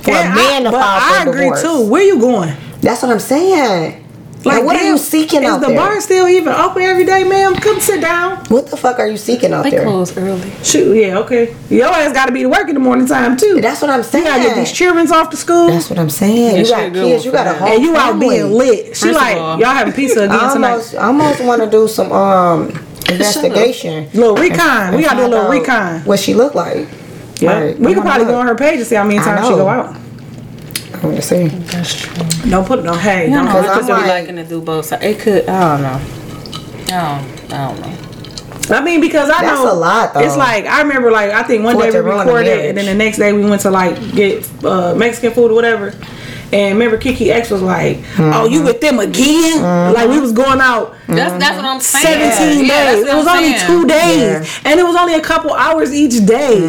D: for
A: And
D: a
A: I-
D: man to
A: but
D: file
A: I
D: for
A: agree
D: divorce.
A: too. Where you going?
D: That's what I'm saying. Like, what are
A: damn,
D: you seeking
A: Is
D: out
A: the
D: there?
A: bar still even open every day, ma'am? Come sit down.
D: What the fuck are you seeking out there?
G: early.
A: Shoot, yeah, okay. Your ass got to be to work in the morning time too.
D: That's what I'm
A: you gotta get
D: saying.
A: these childrens off to school.
D: That's what I'm saying. you
E: she a
D: got
E: good
D: kids.
E: one
D: You
E: for
D: got a
E: that.
D: whole
A: and you out
D: family.
A: being lit. She
E: First of
A: like,
E: all-
A: y'all having pizza again
D: *laughs* I
A: tonight.
D: almost, I almost want to do some um investigation.
A: Little recon. We gotta do a
D: Find
A: little
D: out
A: recon.
D: What she look like?
A: Yeah.
D: Like,
A: we
D: I
A: could
D: wanna
A: probably go
D: look.
A: on her page and see how many
D: I
A: times she
D: know.
A: go out.
D: I want to see.
A: Don't put no hey.
E: I
A: Don't put
E: don't know.
D: Because
E: I
D: I'm
E: could be
D: like-
E: liking to do both sides. It could. I don't know. I don't. I don't know.
A: I mean, because I
D: That's
A: know
D: a lot, though.
A: It's like I remember, like I think one
D: For
A: day
D: it
A: we
D: to ruin a
A: recorded,
D: marriage.
A: and then the next day we went to like get uh, Mexican food or whatever. And remember, Kiki X was like, "Oh,
D: Mm-hmm.
A: you with them again?" Like we was going out
E: That's that's what I'm saying.
A: seventeen
E: Yeah, that's
A: days.
E: what
A: It was
E: I'm
A: only
E: saying.
A: two days, and it was only a couple hours each day.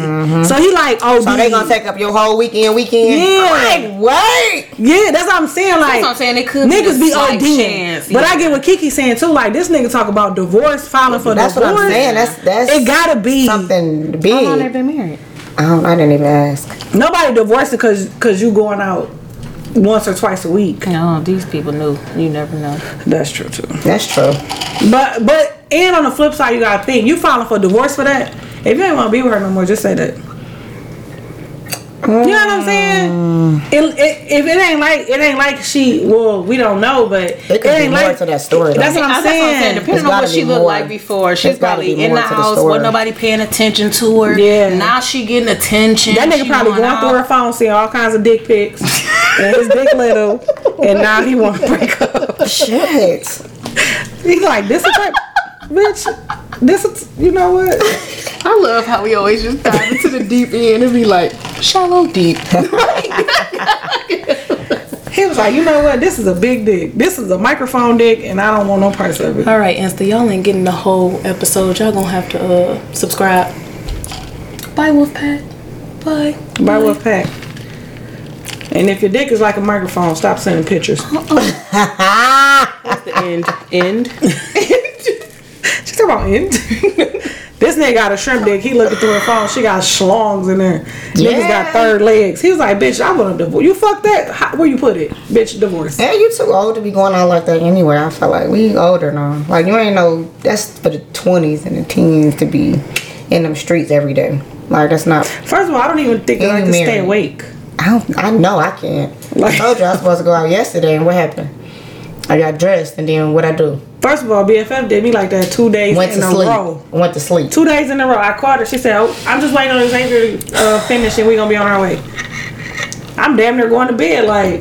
A: So he like, "Oh,
D: Mm-hmm. So they gonna take up your whole weekend. Weekend.
A: Yeah.
D: I'm like, wait.
A: yeah." That's what I'm saying. Like
E: That's what I'm saying. It could
A: Niggas be
E: a slight
A: ODing,
E: chance,
A: but I
E: yeah.
A: get what Kiki saying too. Like this nigga talk about divorce, filing for
D: That's what
A: divorce.
D: I'm saying. That's that's
A: It gotta be
D: something big.
E: How long they
D: I
E: been married?
D: don't. I didn't even ask.
A: Nobody divorced because because you going out once or twice a week.
E: No, these people knew. You never know.
A: That's true too.
D: That's true.
A: But but and on the flip side, you gotta think you filing for divorce for that. If you ain't want to be with her no more, just say that. You know what I'm saying?
D: Mm.
A: It, it, if it ain't like it ain't like she well we don't know but
D: could be
A: ain't
D: more to that story, though.
A: That's what I'm
E: That's what I'm saying.
A: saying.
E: Depending
D: It's
E: on
D: gotta
E: what she
D: be
E: looked
D: more.
E: like before, she's
D: It's gotta
E: probably
D: be
E: in
D: more
E: the
D: to the
E: house,
D: story.
E: wasn't nobody paying attention to her.
A: Yeah.
E: Now she getting attention.
A: That nigga
E: She
A: probably going
E: out.
A: through her phone seeing all kinds of dick pics and his dick little and now he want to break up.
D: Shit.
A: He's like this is like bitch this is you know what.
E: I love how we always just dive into the deep end and be like shallow deep.
A: *laughs* He was like, you know what? This is a big dick. This is a microphone dick, and I don't want no parts of it.
G: All right, Insta, y'all ain't getting the whole episode. Y'all gonna have to uh subscribe. Bye, Wolfpack. Bye.
A: Buy what pack? And if your dick is like a microphone, stop sending pictures.
E: End. End.
A: She talking about end. this nigga got a shrimp dick. He looking through her phone. She got schlongs in there. Niggas got
D: Yeah.
A: third legs. He was like, bitch, I want to divorce. You fuck that? How, where you put it? Bitch, divorce.
D: Yeah, you too old to be going out like that anyway. I feel like we older now. Like you ain't no. That's for the twenties and the teens to be in them streets every day. Like that's not
A: First of all, I don't even think that I
D: And
A: can stay
D: married.
A: awake.
D: I don't, I know I can't. I told you I was supposed to go out yesterday, and what happened? I got dressed, and then what I do?
A: First of all, BFF did me like that two days
D: Went
A: in
D: to
A: a
D: sleep.
A: row.
D: Went to sleep.
A: Two days in a row, I called her. She said, oh, "I'm just waiting on Xavier to uh, finish, and we gonna be on our way." I'm damn near going to bed. Like,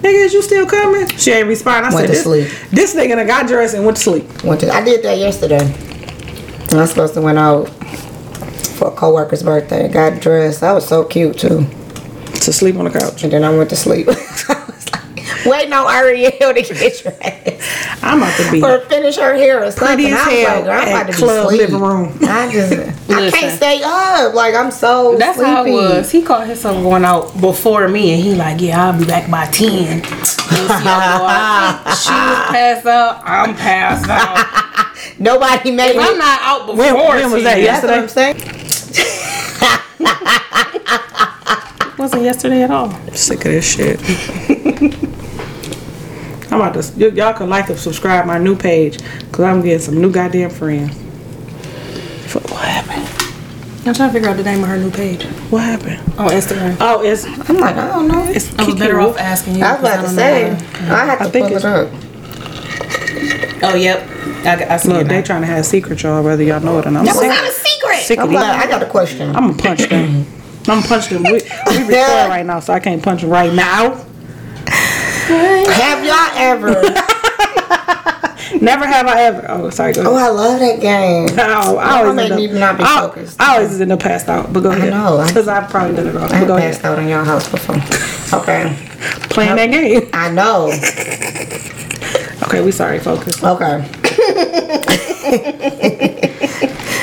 A: nigga, is you still coming? She ain't respond. I said,
D: Went to
A: this,
D: sleep.
A: "This nigga done got dressed and went to sleep."
D: Went to. I did that yesterday. And I was supposed to went out for a coworker's birthday. Got dressed. I was so cute too.
A: to sleep on the couch.
D: And then I went to sleep. *laughs* I was like, Waiting on Ariel to get dressed
A: I'm about to be
D: or finish her hair or something.
A: Pretty as
D: I was
A: hell
D: like, girl,
A: at
D: I'm about to be
A: club
D: sleep.
A: living room.
D: I just I
F: Listen.
D: can't stay up. Like I'm so
F: That's
D: sleepy.
F: how it was. He caught his son going out before me, and he like, yeah, I'll be back by ten. We'll see y'all go out.
A: *laughs*
F: She was passed out. I'm passed out.
D: Nobody made
F: I'm
D: me.
F: not out before
A: When- when was
F: 10.
A: that?
D: That's what
A: yesterday.
D: I'm saying.
F: Wasn't yesterday at all.
A: sick of this shit. I'm about to. Y- y'all can like and subscribe my new page because I'm getting some new goddamn friends. F- What happened?
F: I'm trying to figure out the name of her new page
A: What happened?
F: on Instagram.
A: Oh, it's
D: I'm like, I don't know.
A: it's
F: I was
A: Kiki
F: better
A: Ru-
F: off asking you.
D: I was about to
F: because
D: say.
F: don't know
D: I had to
A: I think
D: pull
A: it's-
D: it up.
F: how to- Oh, yep. I, I see
A: Look,
F: it. now.
A: they trying to have secrets, y'all, whether y'all know it or not. I'm
D: That's
A: sick.
D: not a secret.
A: sick of
D: I'm
A: these-
D: like, I got a question.
A: I'm gonna punch them. I'm gonna punch them. We, we record
D: *laughs*
A: right now, so I can't punch them right now.
D: Have y'all ever?
A: Never have I ever. Oh, sorry. Go
D: *laughs* oh,
A: ahead.
D: I love that game.
A: Oh, I
D: Y'all
A: always
D: made
A: end up,
D: me not be
A: I-
D: focused.
A: I always end up passed out, but go ahead.
D: know, I-
A: Because I've probably done it all.
D: I
A: But
D: have
A: go ahead.
D: passed out in your house before. Okay,
A: Playing that game. *laughs*
D: I know.
A: Okay, we sorry, focus.
D: Okay. *laughs*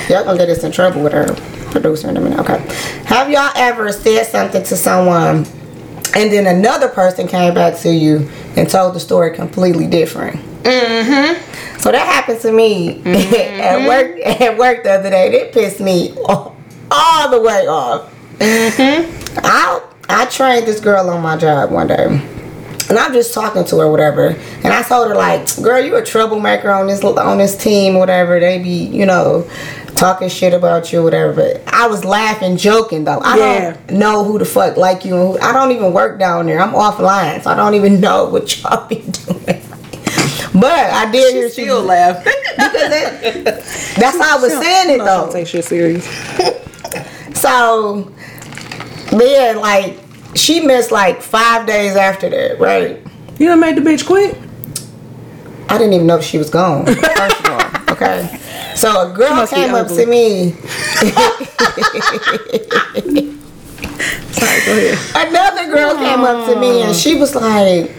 D: y'all gonna get us in trouble with our producer in a minute. Okay. Have y'all ever said something to someone and then another person came back to you and told the story completely different? Mm-hmm. So that happened to me *laughs* at work at work the other day. It pissed me all, all the way off. Mm-hmm. I I trained this girl on my job one day and I'm just talking to her, or whatever. And I told her like, "Girl, you a troublemaker on this on this team, whatever. They be, you know, talking shit about you, whatever." But I was laughing, joking though. I
A: Yeah.
D: don't know who the fuck like you, and who I don't even work down there. I'm offline, so I don't even know what y'all be *laughs* doing. But I did hear she
F: still laugh.
D: because that, that's how I was saying it
A: No, don't
D: though.
A: take shit serious.
D: *laughs* So then, like, she missed like five days after that, right?
A: You done made the bitch quit?
D: I didn't even know she
A: *laughs*
D: was gone. First of all, okay. So a girl
A: must be
D: came up
A: ugly.
D: to me.
A: Sorry, go ahead.
D: Another girl came up to me and she was like,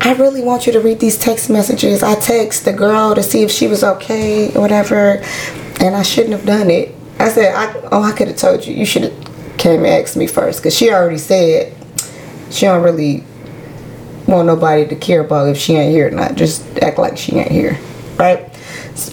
D: "I really want you to read these text messages. I text the girl to see if she was okay or whatever, and I shouldn't have done it." I said, I, "Oh, I could have told you. You should have came and asked me first, because she already said she don't really want nobody to care about if she ain't here or not. Just act like she ain't here, right?"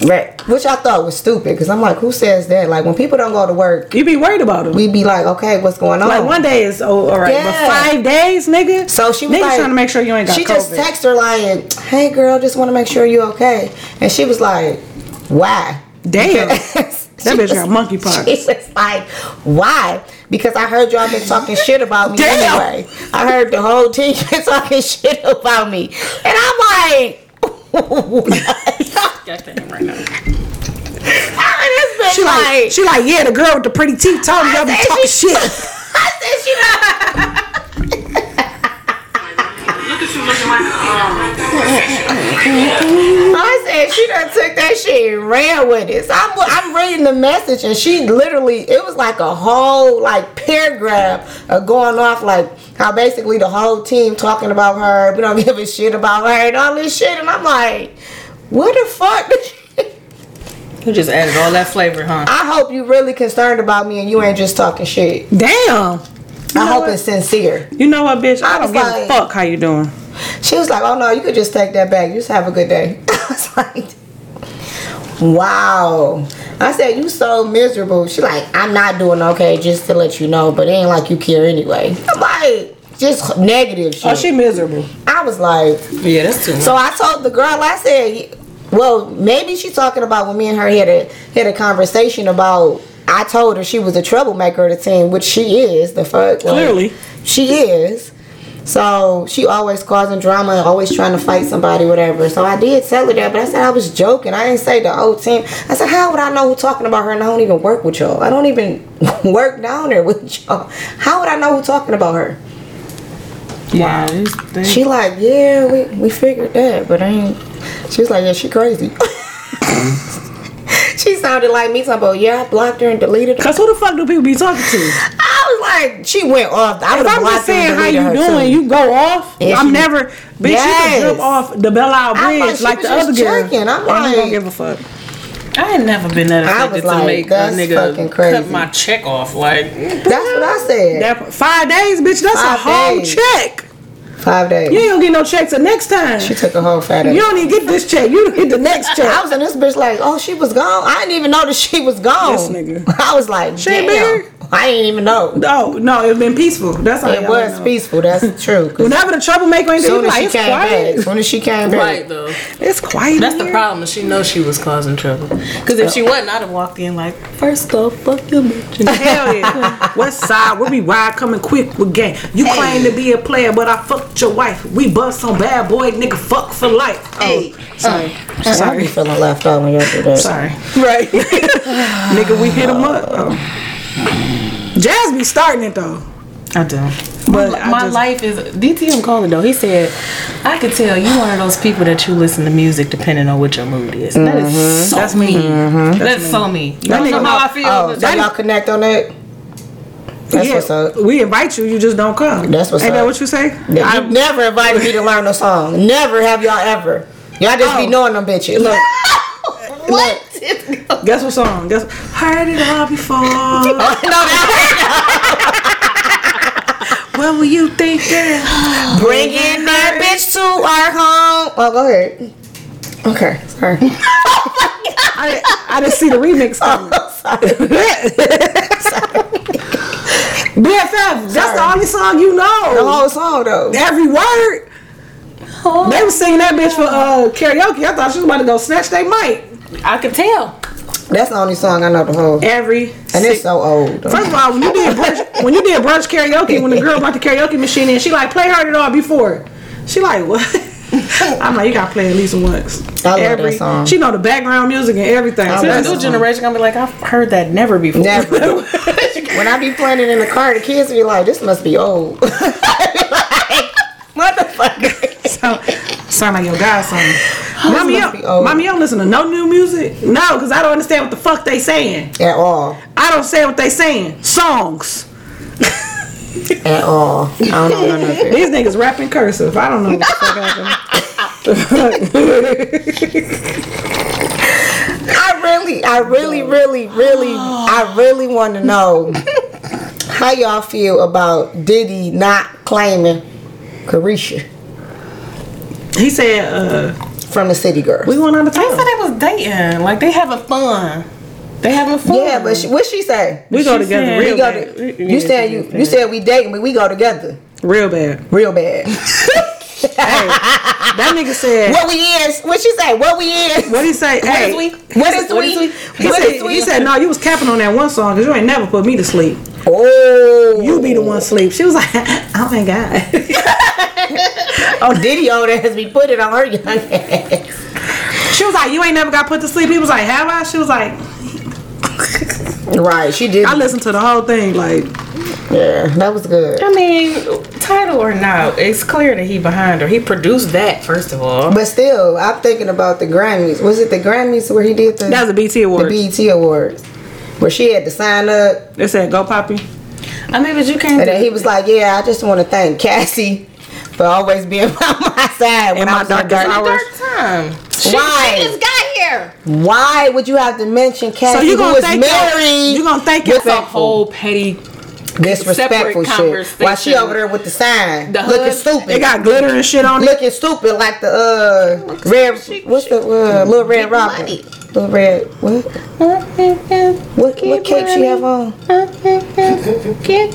D: Right, which I thought was stupid because I'm like, who says that? Like when people don't go to work,
A: You be worried about him.
D: we be like, okay, what's going on?
A: like one day is oh, all right,
D: Yeah.
A: but five days, nigga.
D: So she was
A: nigga
D: like,
A: trying to make sure you ain't got
D: She
A: COVID.
D: just texted her like, "Hey girl, just want to make sure you okay." And she was like, "Why?"
A: Damn,
D: that
A: bitch got monkeypox.
D: *laughs* She was like, "Why?" Because I heard y'all been talking shit about me
A: Damn.
D: anyway. I heard the whole team *laughs* been talking shit about me, and I'm like. *laughs*
E: Got that right now.
D: this bitch
A: *laughs* she like, she like, yeah, the girl with the pretty teeth told me y'all be
D: said
A: talking
D: she- *laughs*
A: shit.
D: I said she not. *laughs* I said she done took that shit and ran with it. So I'm, I'm reading the message and she literally, it was like a whole like paragraph of going off like how basically the whole team talking about her. We don't *laughs* give a shit about her and all this shit. And I'm like, what the fuck? *laughs*
F: You just added all that flavor, huh?
D: I hope you really concerned about me and you ain't just talking shit.
A: Damn.
D: I hope it's sincere.
A: You know what, bitch? I,
D: I
A: don't
D: was
A: give a
D: like-
A: fuck how you doing.
D: She was like, "Oh no, you could just take that back. You just have a good day." *laughs* I was like, "Wow." I said, "You so miserable." She like, "I'm not doing okay, just to let you know, but it ain't like you care anyway." I'm like, just negative shit.
A: Oh, she miserable.
D: I was like,
F: Yeah, that's too much.
D: so I told the girl, I said, well, maybe she's talking about when me and her had a had a conversation about. I told her she was a troublemaker of the team, which she is. The fuck, like,
A: Clearly.
D: she is. So she always causing drama, always trying to fight somebody, whatever. So I did tell her that, but I said I was joking. I didn't say the old team. I said, how would I know who talking about her? And I don't even work with y'all. I don't even *laughs* work down there with y'all. How would I know who talking about her?
F: wow. it's- they-
D: She like, yeah, we, we figured that, but I ain't. *laughs* She was like, yeah, she crazy. she sounded like me talking about, yeah, I blocked her and deleted her.
A: Cause who the fuck do people be talking to?
D: I was like, she went off. I
A: If
D: would have
A: I'm
D: blocked
A: just
D: her
A: saying
D: and
A: how
D: deleted
A: you
D: her,
A: doing,
D: too.
A: you go off.
D: Yeah,
A: I'm
D: she-
A: never, bitch. You
D: Yes.
A: can jump off the Belle Isle
D: I thought
A: Bridge
D: she
A: like
D: was
A: the
D: just
A: other girl.
D: joking. I'm
A: I ain't gonna
D: like-
A: give a fuck.
E: I ain't never been that
D: I
E: affected
D: was
E: to
D: like,
E: make a
D: that's
E: nigga
D: fucking crazy.
E: cut my check off. Like,
D: That's what I said.
A: That five days, bitch. That's
D: Five
A: a whole
D: days.
A: check.
D: Five days.
A: You ain't gonna get no check till next time.
D: She took a whole fat ass.
A: You don't even get this check. You get the next check.
D: I was in this bitch like, oh, she was gone. I didn't even know that she was gone.
A: This nigga.
D: I was like, she
A: ain't
D: damn.
A: been here?
D: I didn't even know.
A: Oh no, it's been peaceful. That's all.
D: It
A: y'all
D: was
A: know.
D: peaceful. That's true. 'cause
A: Whenever the troublemaker ain't
D: soon
A: there,
D: as she
A: like, it's
D: came
A: quiet.
D: back, soon as she came back,
E: right though.
A: It's quiet.
E: That's
A: in
E: the
A: here.
E: problem. She knows she was causing trouble. Because if she wasn't, I'd have walked in like,
G: First off, fuck your bitch.
A: Hell
D: *laughs*
A: yeah. West side, where we ride, coming quick with gang. You claim to be a player, but I fucked your wife. We bust on bad boy, nigga, fuck for life. Oh, sorry.
D: I be feeling left out when y'all do that.
A: Sorry. Right. *laughs* nigga, we hit him up. Oh. Jazz be starting it though.
E: I don't.
A: But
E: my
A: I
E: my
A: just-
E: life is DTM called it though. He said, "I could tell you one of those people that you listen to music depending on what your mood is." That is so
A: That's me.
E: me. That's so me. You
A: That
E: don't
A: nigga-
E: know how I feel.
D: Oh, so
A: That-
D: y'all connect on that? That's
A: yeah,
D: what's up.
A: We invite you, you just don't come.
D: That's what's
A: Ain't that
D: up.
A: what you say?
D: You never invited me to learn a song. Never have y'all ever. Y'all just be
A: Oh.
D: knowing them
A: *laughs*
D: bitches. Look. *laughs* Look.
A: Guess what song? Guess heard it all before. *laughs*
D: no, that
A: what were you thinking?
D: bringing that bitch to our home. Oh, go ahead. Okay, sorry.
A: I I didn't see the *laughs* remix coming. BFF, that's the
D: Sorry.
A: only song you know.
D: The whole song though.
A: Every word.
E: Oh.
A: They was singing that bitch for uh, karaoke. I thought she was about to go snatch they mic.
E: I could tell.
D: That's the only song I know the whole.
A: Every
D: And it's so old. though.
A: First of all, when you did brunch, when you did brunch karaoke, when the girl brought the karaoke machine in, she like play heard it all before. She like what? *laughs* I'm like you gotta play at least once.
D: I love that song.
A: She know the background music and everything. So
D: love
A: that's-
D: that
E: New generation gonna be like, I've heard that
D: *laughs*
E: never before.
A: *laughs*
D: Never. when I be playing it in the car, the kids be like, "This must be old." *laughs* like, motherfucker.
A: So, sound like your godson. Mommy,
D: must be old.
A: yo, mommy, you don't listen to no new music. No, because I don't understand what the fuck they saying.
D: At all.
A: I don't say what they saying. Songs.
D: At all. I don't know none of it.
A: *laughs* These niggas rapping cursive. I don't know what the fuck happened.
D: I really, I really, really, really, I really want to know how y'all feel about Diddy not claiming Carisha
A: He said, uh,
D: from the City Girl.
A: "We going out of
E: They
A: town.
E: said they was dating. Like they having fun. They having fun.
D: Yeah, but she, what she say?
A: We go together
E: said-
A: real
D: We go
A: bad.
D: to, you said you you said we dating, but we go together
A: real bad." *laughs*
D: real bad.
A: That nigga said, "What,
D: what we is? What she say? What we is?
A: he say? hey,
E: is we?
D: What is we?
A: He
D: What
A: said,
D: is
A: he
D: we?
A: said, no, you was capping on that one song because you ain't never put me to sleep.
D: Oh,
A: You be the one sleep. She was like, *laughs* oh my God. *laughs*
D: Oh, Diddy old ass be put it on her young ass.
A: She was like, you ain't never got put to sleep. He was like, have I? She was like,
D: Right, she did.
A: I listened to the whole thing. Like,
D: Yeah, that was good.
E: I mean, title or not, it's clear that he behind her. He produced that first of all.
D: But still, I'm thinking about the Grammys. Was it the Grammys where he did the
A: that was a BT award.
D: the BET Awards? Where she had to sign up,
A: They said, go Poppy.
E: I mean, but you can't.
D: and then he was like, "Yeah, I just want to thank Cassie for always being *laughs* by my side when
A: In
D: I
A: my
D: was in the
A: darkest
D: dark."
A: hours.
E: time.
D: Why? She just got here. Why would you have to mention Cassie
A: So you
D: who
A: gonna
D: was
A: thank
D: married?
A: your, you gonna thank your
D: That's a whole
E: petty.
D: disrespectful shit.
E: separate
D: While she
E: conversation.
D: over there with the sign,
E: The
D: looking
E: hood-
D: stupid.
A: It got glitter and shit on it.
D: looking stupid like the uh red what's the uh, little red robin little red what what what cape she have on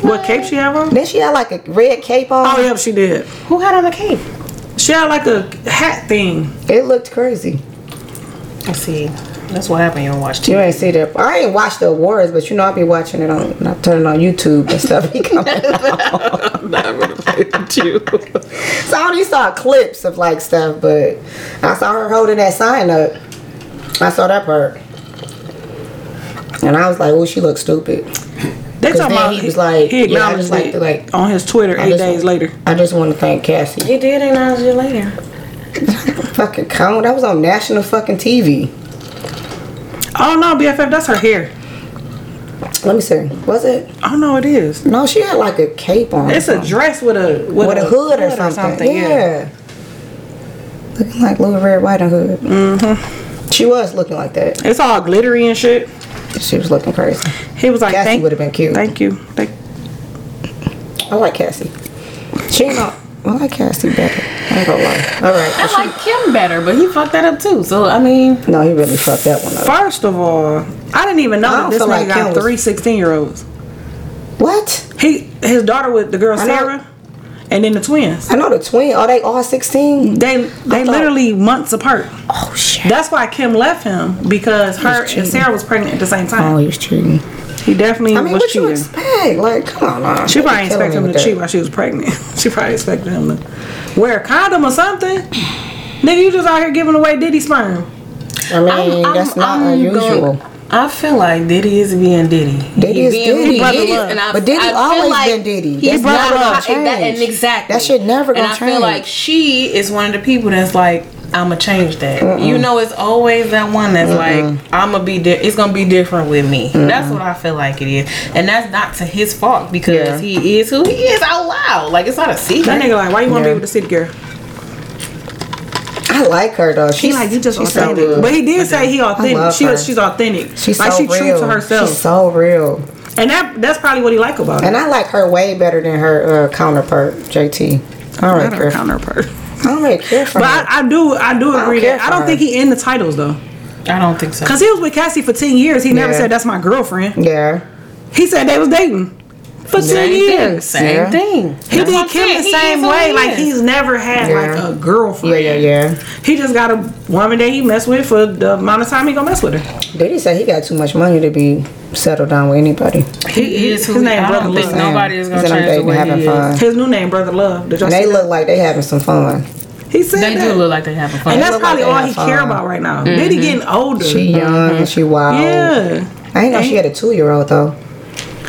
A: What cape she have on?
D: then she had like a red cape on
A: Oh yep, she did.
E: Who had on the cape?
A: She had like a hat thing.
D: it looked crazy
E: I see. That's what happened. You don't watch
D: you
E: TV.
D: ain't see that i ain't watched the awards but you know i be watching it on i turn it on youtube and stuff *laughs* be coming *laughs* so i only saw clips of like stuff but i saw her holding that sign up i saw that part and i was like oh she looks stupid
A: They
D: 'Cause
A: talking
D: then
A: about
D: he was like,
A: he
D: yeah, I
A: acknowledged
D: just like
A: it
D: to, like-
A: on his Twitter
D: I
A: eight
D: just-
A: days later.
D: i just want to thank cassie
E: You did acknowledge
D: *laughs*
E: you later.
D: fucking count. That was on national fucking TV.
A: Oh no, BFF, that's her hair.
D: Let me see. Was it?
A: Oh no, it is.
D: No, she had like a cape on.
A: It's a dress with a with,
D: with a hood or something. yeah. Looking like little red riding hood. Mm-hmm. She was looking like that.
A: It's all glittery and shit.
D: She was looking crazy.
A: He was like,
D: Cassie
A: thank,
D: would've been cute.
A: Thank you. Thank,
D: I like Cassie. She not. I like Cassie better. I ain't gonna lie. All right.
E: I like Kim better, but he fucked that up too. So I mean,
D: No, he really fucked that one up.
A: First of all, I didn't even know
D: I
A: that
D: don't
A: this
D: feel
A: nigga
D: like Kim
A: got
D: was-
A: three 16 year olds.
D: What?
A: He his daughter with the girl
D: I know.
A: Sarah, and then the twins.
D: I know the twin. Are they all 16?
A: They they
D: thought-
A: literally months apart.
D: Oh, shit.
A: That's why Kim left him because her and Sarah was pregnant at the same time.
D: Oh, he was cheating.
A: He definitely
D: I mean,
A: was
D: what you
A: cheating.
D: expect? Like, come on. Nah.
A: she
D: They
A: probably
D: be killing
A: expected
D: me
A: him
D: with
A: to
D: that.
A: cheat while she was pregnant. *laughs* she probably expected him to wear a condom or something. Nigga, you just out here giving away Diddy sperm.
D: I mean, that's not unusual.
E: I feel like Diddy is being Diddy.
D: Diddy is Diddy.
A: Diddy,
G: and I-
D: but Diddy
G: I feel
D: always
G: like
D: been Diddy.
G: He's
D: That's
G: not
D: never gonna
G: about and that- and
D: change.
G: exactly.
D: That shit never
E: And
D: gonna
E: I
D: change.
E: feel like she is one of the people that's like, I'ma change that. You know, it's always that one that's like, I'ma be di- it's gonna be different with me. That's what I feel like it is. And that's not to his fault because
D: Yeah.
E: he is who he is out loud. Like it's not a secret.
A: That nigga like, why you want to
D: Yeah.
A: be with the city girl?
D: I like her though. She's
A: He like, you just
D: she's so
A: authentic.
D: good.
A: but he did say he authentic.
D: love
A: She was,
D: her.
A: she's authentic.
D: She's
A: like
D: so
A: she
D: real.
A: true to herself.
D: She's so real.
A: And that that's probably what he like about
D: And
A: it.
D: I like her way better than her uh, counterpart, JT. I don't really
A: Not her
D: care. I
A: counterpart.
D: don't really care for
A: But
D: her.
A: I, I do I do agree
D: care
A: that I
D: for
A: don't
D: her.
A: think he in the titles though.
E: I don't think so.
A: Cause he was with Cassie for ten years. He never
D: Yeah.
A: said that's my girlfriend.
D: yeah.
A: He said they was dating for ten years.
E: Same
D: Yeah.
A: He
E: thing. That's what
A: did
E: I'm
A: Kim
E: saying.
A: the
E: He
A: same
E: is who
A: way.
E: he
A: Like
E: is.
A: he's never had
D: Yeah.
A: like a girlfriend.
D: Yeah, yeah, yeah.
A: He just got a woman that he messed with for the amount of time he gonna mess with her.
D: Diddy said he got too much money to be settled down with anybody.
E: He is who
A: His
E: he
A: name
E: I
A: Brother
E: don't think
A: Love.
E: nobody is gonna
D: He said, "I'm
E: change the
D: dating,
E: way
D: having
E: he
D: fun.
E: is.
A: His new name, Brother Love. Did y'all
D: And they
A: see
D: look like they having some
A: that?
D: fun.
A: He said
E: They
A: that.
E: do look like they having fun.
A: and that's
D: look like
A: probably
D: they
A: all
D: have
A: he
D: fun.
A: care about right now. Diddy getting older.
D: Mm-hmm. She young and she wild.
A: yeah.
D: I ain't know she had a two year old though.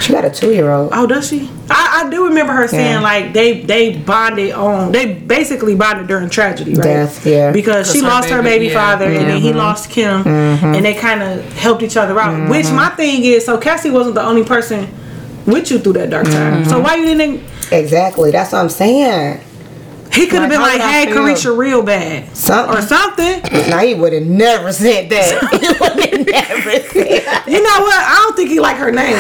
D: She got a two year old.
A: Oh, does she? I, I do remember her saying
D: Yeah.
A: like they they bonded on they basically bonded during tragedy, right?
D: Death, yeah. Mm-hmm.
A: Because she
E: her
A: lost her
E: baby-
A: baby
E: yeah.
A: father and then he lost Kim, and they kind of helped each other out. Which my thing is, so Cassie wasn't the only person with you through that dark time.
D: Mm-hmm.
A: So why you didn't?
D: Exactly. That's what I'm saying.
A: He could have
D: Like,
A: been
D: how
A: like,
D: did I
A: "Hey,
D: feel?
A: Carisha, real bad." Or
D: Something.
A: something.
D: Now he would have never said that. *laughs* he would have never said that.
A: You know what? I don't think he like her name.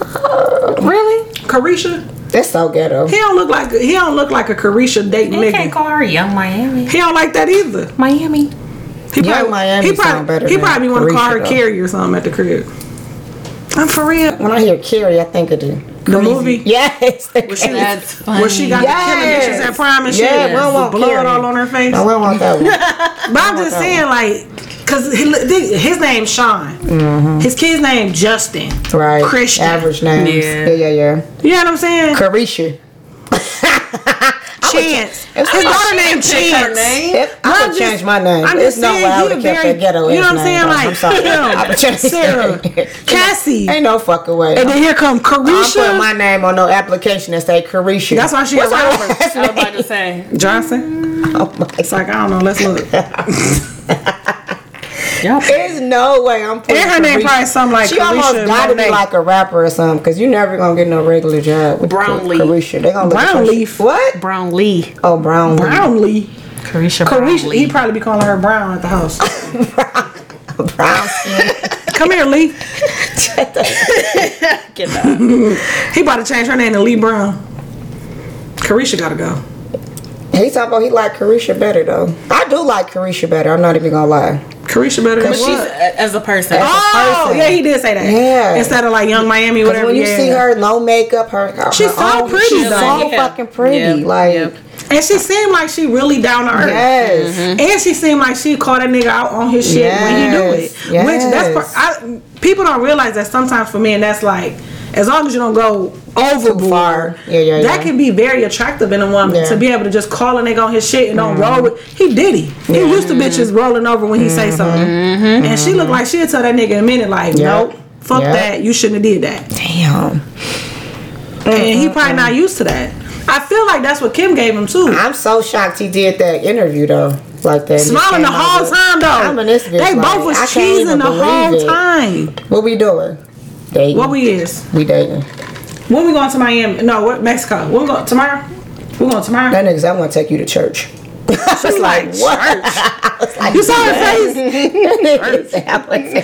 A: really? Carisha?
D: That's so ghetto.
A: He don't look like he don't look like a Carisha dating
E: You can't
A: nigga.
E: call her Young Miami.
A: He don't like that either.
E: Miami.
A: He
D: Young
A: probably,
D: Miami
A: he
D: sound
A: probably,
D: better
A: he
D: than
A: probably want to call
D: Carisha,
A: her
D: though.
A: Carrie or something at the crib. I'm for real.
D: When I hear Carrie, I think of the
A: The movie
D: Yes.
G: That's funny.
A: where she got the killing
D: Yes.
A: bitches at prime and
D: Yeah,
A: shit,
D: we don't want
A: with blood
D: Carrie.
A: all on her face.
D: No, we don't want
A: *laughs*
D: that one.
A: but I'm just saying, like, cause he, look- thi- his name's Sean,
D: Mm-hmm.
A: his kid's name Justin,
D: Right.
A: Christian.
D: Average names.
E: Yeah.
D: Yeah, yeah, yeah.
A: You know what I'm saying?
D: Carisha. *laughs*
A: Chance.
D: It's
A: His
D: not-
A: daughter named Chance.
D: If I
A: I'm just-
D: would change my name.
A: I'm
D: There's
A: just
D: no way I
A: saying,
D: would
A: he a
D: have kept
A: very-
D: that ghetto
A: you
D: ass
A: know what I'm
D: name,
A: saying?
D: though.
A: Like,
D: I'm sorry. *laughs* I would change
A: Sarah,
D: it.
A: Cassie.
D: Ain't no fucking way.
A: And then here come
D: I'm putting my
A: Carisha
D: name on no application that say Carisha.
A: That's why she
D: What's
A: a
D: her *laughs*
A: rapper.
D: last
E: I was about
D: name?
E: to *laughs* say.
A: Johnson.
D: Oh my
A: It's like I don't know. Let's
D: *laughs*
A: look. And
D: There's no way I'm putting.
A: then her name
D: Carisha-
A: probably something like
D: she almost
A: Carisha
D: got to be
A: Monet.
D: like a rapper or something, because you're never gonna get no regular job. With
E: Brownlee.
D: Carisha. They gonna look at your
A: Brownlee.
D: shit. What?
E: Brown Lee.
D: Oh, Brown.
A: Brownlee.
E: Carisha
A: Carisha. He probably be calling her Brown at the house.
D: *laughs* Brown skin.
A: Come here,
D: *laughs*
A: Lee. He about to change her name to Lee Brown. Carisha gotta go.
D: He talking about he like Carisha better though. I do like Carisha better. I'm not even gonna lie.
A: Carisha better than
D: But
A: what?
D: she's-
E: As a person.
D: As a
A: Oh,
D: person.
A: yeah, he did say that.
D: Yeah.
A: Instead of like Young Miami,
D: Because
A: whatever.
D: when you
A: yeah.
D: see her, no makeup, her, her
A: She's
D: her
A: so pretty,
D: She's
A: though.
D: so
E: Yeah.
D: fucking pretty.
E: Yep.
D: Like
E: Yep.
A: and she seemed like she really down to earth.
D: yes,
A: Mm-hmm. And she seemed like she called that nigga out on his shit when he do
D: Yes,
A: it. Which that's
D: yes.
A: part, I, people don't realize that sometimes for men that's like as long as you don't go overboard,
D: far. Yeah, yeah,
A: that
D: yeah.
A: can be very attractive in a woman
D: Yeah.
A: to be able to just call a nigga on his shit and don't roll with. He did he. He used to bitches rolling over when he
D: Mm-hmm.
A: say something, and she looked like she'd tell that nigga in a minute like,
D: Yep.
A: nope, fuck
D: Yep.
A: that, you shouldn't have did that
E: Mm-hmm.
D: damn.
A: and
D: Mm-hmm.
A: he probably not used to that. I feel like that's what Kim gave him too.
D: I'm so shocked he did that interview though. like that.
A: Smiling the whole time though.
D: I'm in this bitch,
A: They
D: like,
A: both was
D: I can't even
A: cheesing the whole
D: believe it.
A: time.
D: What we doing? Dating.
A: What we is?
D: we dating?
A: When we going to Miami? No, what Mexico? When we go tomorrow? We going tomorrow?
D: That niggas, I want to take you to church. *laughs*
A: She's like, church. you saw
D: *laughs*
A: her face.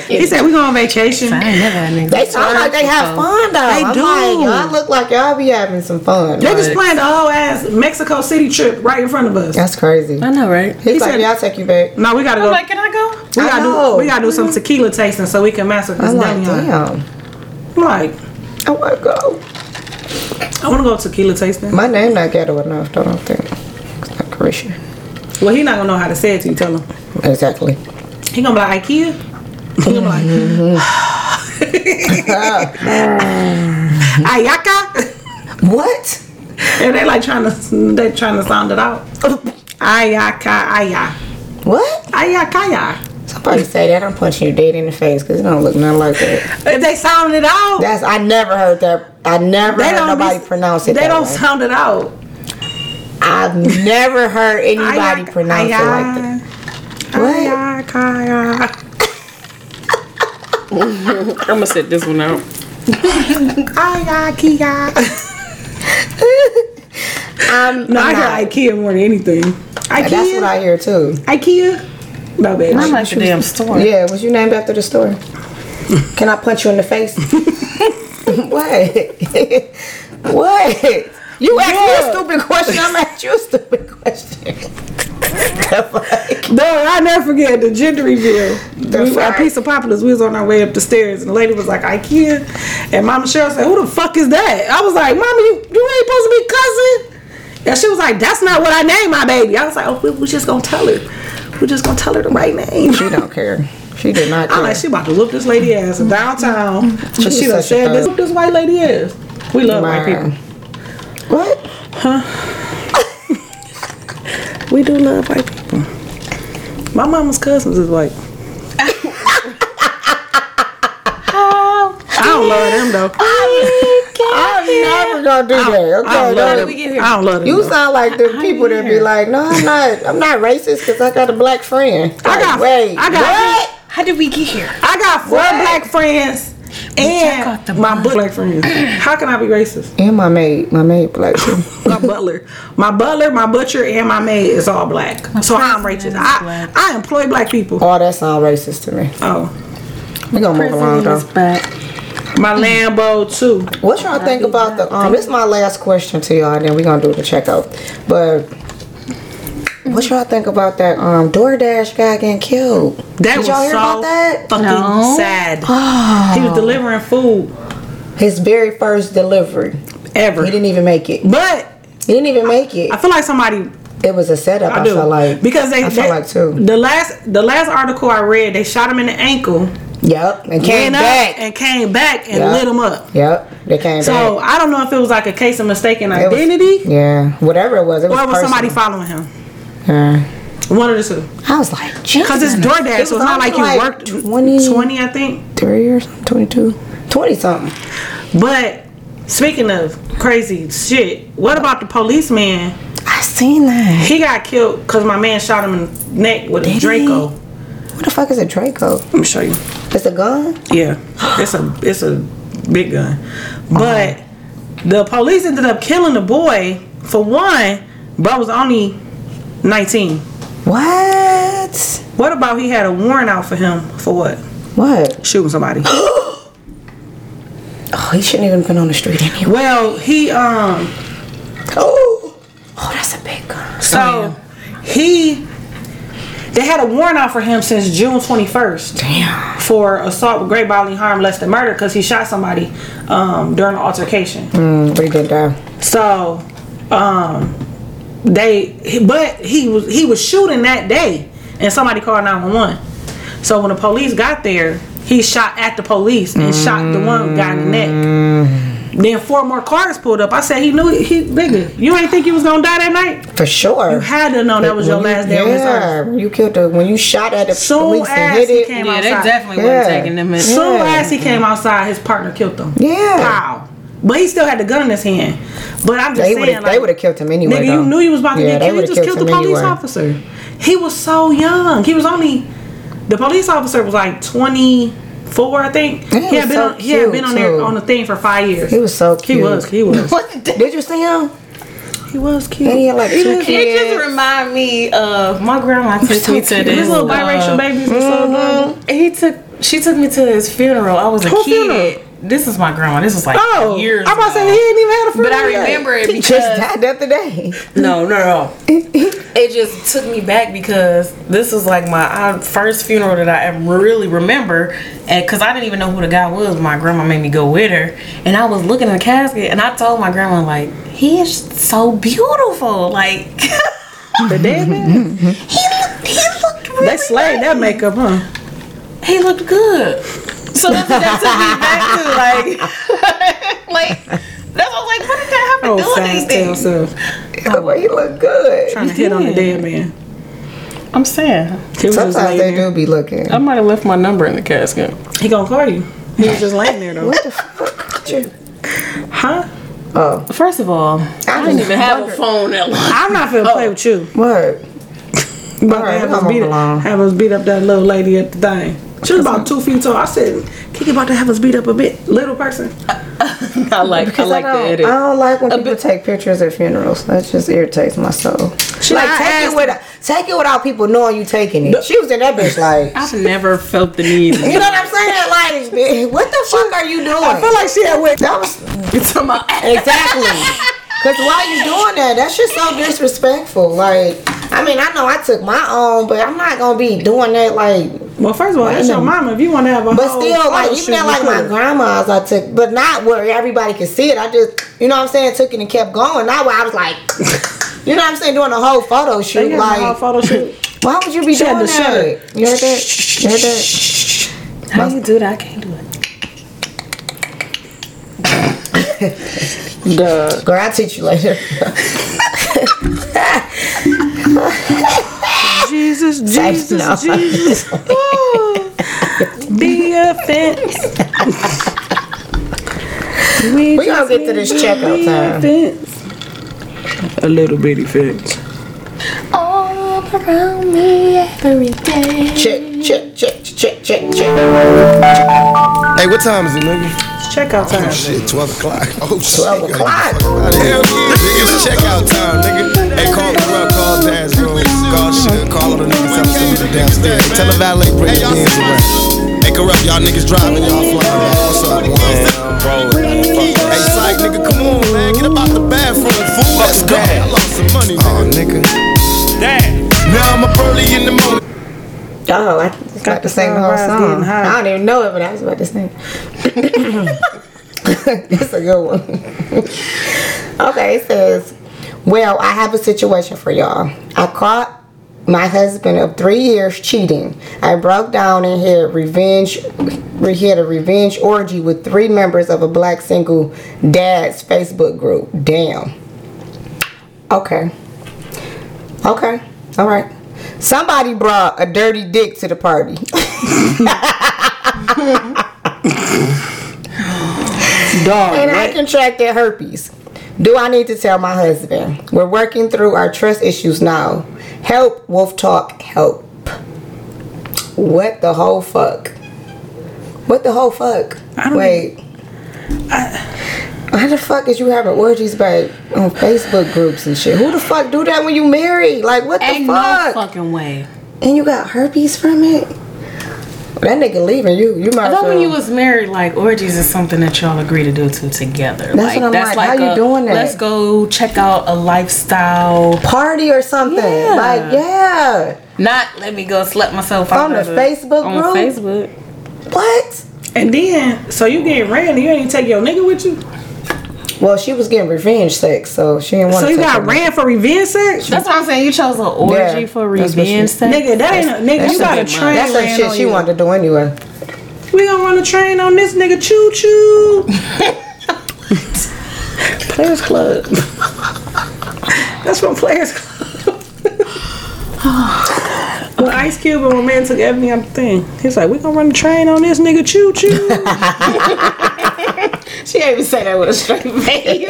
A: He
D: they
A: said we go on vacation.
F: I ain't never had niggas.
D: sound like they have fun though.
A: They
D: I'm
A: do.
D: Like, y'all look like y'all be having some fun.
A: They
D: Like,
A: just planned a whole ass Mexico City trip right in front of us.
D: that's crazy.
F: I know, right?
D: He's like,
A: said-
D: "Yeah, I'll take you back."
A: No, we gotta go.
E: I'm like, can I go?
A: we
D: I
A: gotta
D: know.
A: do. We gotta do some tequila tasting so we can master this
D: I'm like,
A: Damian.
D: damn. Oh
A: I'm like,
D: I want to go.
A: I wanna go tequila tasting.
D: My name not ghetto enough. Though, I don't think. It's not Christian.
A: Well, he not gonna know how to say it to you. Tell him.
D: Exactly.
A: He gonna be like IKEA. He gonna be
D: *laughs*
A: like Ayaka.
D: What?
A: And they like trying to they trying to sound it out. Ayaka aya.
D: What?
A: Ayaka ya.
D: Somebody say that. I'm punching you dead in the face because it don't look nothing like that.
A: If they sound it out,
D: That's I never heard that. I never
A: they
D: heard
A: don't be-
D: nobody pronounce it.
A: They
D: that
A: don't
D: way.
A: sound it out.
D: I've never heard
A: *laughs*
D: anybody
A: Ayaka-
D: pronounce it like that.
A: aya-
D: What?
A: Ayaka ya.
E: *laughs* I'm gonna sit this one out.
D: *laughs* I'm,
A: No,
D: I'm
A: I
D: not.
A: hear IKEA more than anything. IKEA.
D: That's what I hear too.
A: IKEA. No, baby.
E: I'm like the damn store.
D: Yeah, was you named after the store? Can I punch you in
A: *laughs*
D: the face? what? *laughs* what? You asked me a stupid question. I'm asking you a stupid question. The
A: No, I never forget the gender reveal. We,
D: fuck?
A: our piece of populace, we was on our way up the stairs, and the lady was like, "IKEA," and Mama Cheryl said, "Who the fuck is that?" I was like, "Mama, you, you ain't supposed to be cousin." And she was like, "That's not what I named my baby." I was like, "Oh, we, we just gonna tell her. We just gonna tell her the right name."
D: she don't care. She did not care.
A: I'm like, "She about to whoop this lady ass in downtown." She,
D: was
A: she done
D: such a
A: said this.
D: thug.
A: Whoop this white lady ass. We love white
D: Wow.
A: people.
D: What? *laughs*
A: We do love white people. My mama's cousins is white. I don't love them
D: *laughs*
A: though.
D: I'm never gonna do that. Okay,
A: I don't love
D: no.
A: them. I don't love them.
D: You
A: though.
D: sound like the people that be like, no, I'm not. I'm not racist because I got a black friend.
A: I got,
D: Like, wait.
A: I got,
D: what?
E: How did we get here?
A: I got four
D: What?
A: black friends and my bu- black friends. How can I be racist?
D: And my maid, my maid black too.
A: My butler, my butler, my butcher, and my maid is all black. so I'm racist. I I employ black people.
D: All that sound racist to me.
A: Oh,
D: We gonna move along though.
A: my Lambo too.
D: What y'all think about the um? This is my last question to y'all, and then we gonna do the checkout. But what y'all think about that um DoorDash guy getting killed?
A: That
D: Did
A: was
D: y'all hear
A: so
D: about that?
A: fucking sad. He was delivering food
D: His very first delivery.
A: ever,
D: He didn't even make it.
A: but
D: He didn't even make it.
A: I feel like somebody
D: It was a setup. I,
A: I do
D: felt like
A: because they,
D: I
A: they-
D: felt like too.
A: the last the last article I read they shot him in the ankle
D: Yep, and came
A: went up
D: back.
A: and came back and
D: Yeah.
A: lit him up.
D: yep, they came
A: So
D: back.
A: I don't know if it was like a case of mistaken
D: It was-
A: identity
D: Yeah, whatever it was, it was,
A: or it was somebody
D: personal.
A: following him.
D: Yeah.
A: One of the two.
D: I was like,
A: Because it's DoorDash, so it's not like you worked
D: 20,
A: 20, I think.
D: 23 or something, 22, 20 something.
A: But speaking of crazy shit, what about the policeman?
D: I seen that.
A: He got killed because my man shot him in the neck with a
D: he?
A: Draco.
D: What the fuck is a Draco?
A: Let me show you.
D: It's a gun?
A: Yeah, it's a it's a big gun. But the police ended up killing the boy. For one, bro was only 19.
D: What?
A: What about he had a warrant out for him for what?
D: What?
A: Shooting *gasps* somebody.
D: Oh, he shouldn't even been on the street anyway.
A: Well, he um
D: *gasps* Oh, oh that's a big gun.
A: so he they had a warrant out for him since June 21st
D: Damn.
A: for assault with great bodily harm, less than murder, because he shot somebody um, during an altercation.
D: Mm, but he didn't die.
A: So, um, they he- but he was he was shooting that day, and somebody called nine one one. So when the police got there, he shot at the police and shot the one guy in the neck. Then four more cars pulled up. I said he knew he nigga. You ain't think he was gonna die that night?
D: For sure.
A: You had to know that was your
D: When you-
A: last day on this earth.
D: yeah, when you killed the when you shot at the
A: Soon
D: police and
A: as
D: hit
A: he
D: it.
A: came
F: Yeah, they
A: outside,
F: definitely
D: Yeah.
F: wasn't taking them in.
E: *laughs*
A: soon
D: Yeah.
A: as he came outside, his partner killed him.
D: Yeah.
A: Wow. But he still had the gun in his hand. But I'm just
D: They would
A: saying,
D: have they
A: like,
D: would have killed him anyway.
A: Nigga,
D: though.
A: you knew you was about to get
D: Yeah, they
A: killed. You
D: would've
A: just killed the
D: him
A: police
D: anyway.
A: officer. He was so young. He was only the police officer was like twenty four, I think.
D: And he
A: he had been
D: was so
A: on, he had been on there
D: cute,
A: on the thing for five years.
D: He was so
A: He
D: cute.
A: was. He was.
D: Did you see him?
A: he was cute.
D: *laughs* And he had like two kids.
E: It just remind me of my grandma took me to
A: His
E: this.
A: little biracial babies were
D: Mm-hmm.
A: so adorable.
E: He took she took me to his funeral. I was a
A: Who
E: kid. This is my grandma. This was like
A: Oh,
E: years.
A: I'm about to say
E: ago.
A: he ain't even had a friend.
E: But I remember it
D: he just
E: because
D: died the
A: *laughs*
D: other day. *laughs*
E: no, no, no. It just took me back because this was like my uh, first funeral that I ever really remember, and because I didn't even know who the guy was. My grandma made me go with her, and I was looking in the casket, and I told my grandma like, "He is so beautiful. Like *laughs*
A: The dead man.
E: he looked, he looked really
A: They slayed that makeup, huh?
E: he looked good. So that's what that took me back to like, *laughs* like that's what I was like, what did that have to
A: Oh,
E: do with
A: fast tail
E: anything?
A: self.
D: But
A: Oh,
D: he looked good.
A: Trying to hit on the dead man.
F: I'm saying.
A: He was just
D: Sometimes
A: laying
D: they
A: there.
D: do be looking.
F: I might have left my number in the casket.
A: He gonna call you. He was just laying there though.
D: What
A: *laughs*
D: the fuck? You-
A: Huh?
D: Oh,
F: First of all,
D: I didn't even
F: have a phone that long.
E: *laughs*
A: I'm not finna play with you.
D: What?
A: Oh. But
D: Alright,
A: I
D: come
A: was
D: on
A: beat
D: along.
A: up, have us beat up that little lady at the thing. She was about two feet tall. I said, Kiki about to have us beat up a bit. Little person.
F: I like, I like
D: I
F: the
D: don't,
F: edit.
D: I don't like when people take pictures at funerals. That just irritates my soul. She like
A: not
D: take it
A: asking-
D: without take it without people knowing you taking it. She was in that bitch like
A: *laughs*
F: I've never felt the need.
D: you know what I'm saying? Like bitch, what the fuck are you doing?
A: I feel like she had wet.
D: that was
F: It's on my
D: exactly.
A: *laughs*
D: Cause why you doing that? That shit's so disrespectful. Like I mean I know I took my own, but I'm not gonna be doing that like
A: Well, first of all, that's your mama. If you want to have a
D: But
A: whole
D: still, like
A: photo
D: even
A: shoot,
D: at
A: you
D: like my
A: could.
D: grandma's, I took, but not where everybody could see it. I just, you know what I'm saying, took it and kept going. Not where I was like, *laughs* you know what I'm saying, doing a whole photo
A: They
D: shoot.
A: had a whole
D: Like,
A: photo
D: *laughs*
A: shoot.
D: why would you be
A: She had
D: doing
A: to shut
D: that? You heard that? You heard that?
F: How you do that? I can't do
D: *laughs*
F: it.
D: Girl, I'll teach you later.
A: Jesus, Jesus,
D: no. *laughs*
A: Jesus. Ooh, the offense. we
D: *laughs* We gonna
A: just
D: get to this
A: need
D: checkout
A: the
D: time.
A: Offense. A little bitty fence.
G: All around me every day.
D: Check, check, check, check, check, check.
H: Hey, what time is it, nigga?
A: It's checkout time.
H: Shit, 12 o'clock. Oh, shit.
D: Twelve o'clock.
H: Hell yeah, nigga. It's checkout time, nigga. Hey, call the club, call dance room, call shit, call all the niggas, tell them to be downstairs. Tell the valet, bring the hands around. Hey, corrupt, y'all niggas driving, y'all flying. What's up, man? I'm rolling, man. Fuck that. Hey, psych, nigga, come on, man. Get up out the bathroom, fool. Let's go. I lost some money, nigga. Now I'm up early in the morning.
D: Oh, I just got to sing the whole
A: sunrise
D: song.
A: getting high.
D: I don't even know it, but I was about to sing. *laughs* That's a good one. *laughs* okay, it says, Well, I have a situation for y'all. I caught my husband of three years cheating. I broke down and had revenge. He had a revenge orgy with three members of a black single dad's Facebook group. Damn. Okay. Okay. All right. Somebody brought a dirty dick to the party.
A: Dog.
D: and I contracted herpes. Do I need to tell my husband? We're working through our trust issues now. Help, Wolf Talk, help. What the whole fuck? What the whole fuck?
A: I don't
D: Wait. How the fuck is you having orgies babe on Facebook groups and shit? Who the fuck do that when you marry? Like what *laughs* the
F: Ain't no
D: fuck?
F: fucking way.
D: And you got herpes from it? That nigga leaving you. You might
E: I
D: as
E: thought
D: well.
E: when you was married, like orgies is something that y'all agree to do to together.
D: That's what I'm like, how you
E: a,
D: doing that?
E: Let's go check out a lifestyle.
D: party or something.
E: Yeah.
D: Like, yeah.
E: Not let me go slap myself
D: On
E: out
D: the
E: of it.
D: Facebook
E: on
D: group?
E: Facebook.
D: What?
A: And then, so you getting ran? You ain't even take your nigga with you?
D: Well, she was getting revenge sex, so she didn't want
A: So
D: to.
A: you
D: take
A: got
D: her-
A: ran for revenge sex?
E: That's what I'm saying. You chose an orgy
D: Yeah,
E: for
D: that's what she-
E: revenge sex.
A: Nigga, that ain't a, nigga. You got a train
D: That's the
A: ran
D: shit
A: on
D: she
A: you.
D: wanted to do anyway.
A: We gonna run a train on this nigga. Choo
D: *laughs*
A: choo. Players Club. That's from Players Club. when Ice Cube and my man took Ebony on the thing, he's like, "We gonna run a train on this nigga. Choo choo."
D: *laughs*
E: She ain't even say that with a straight face.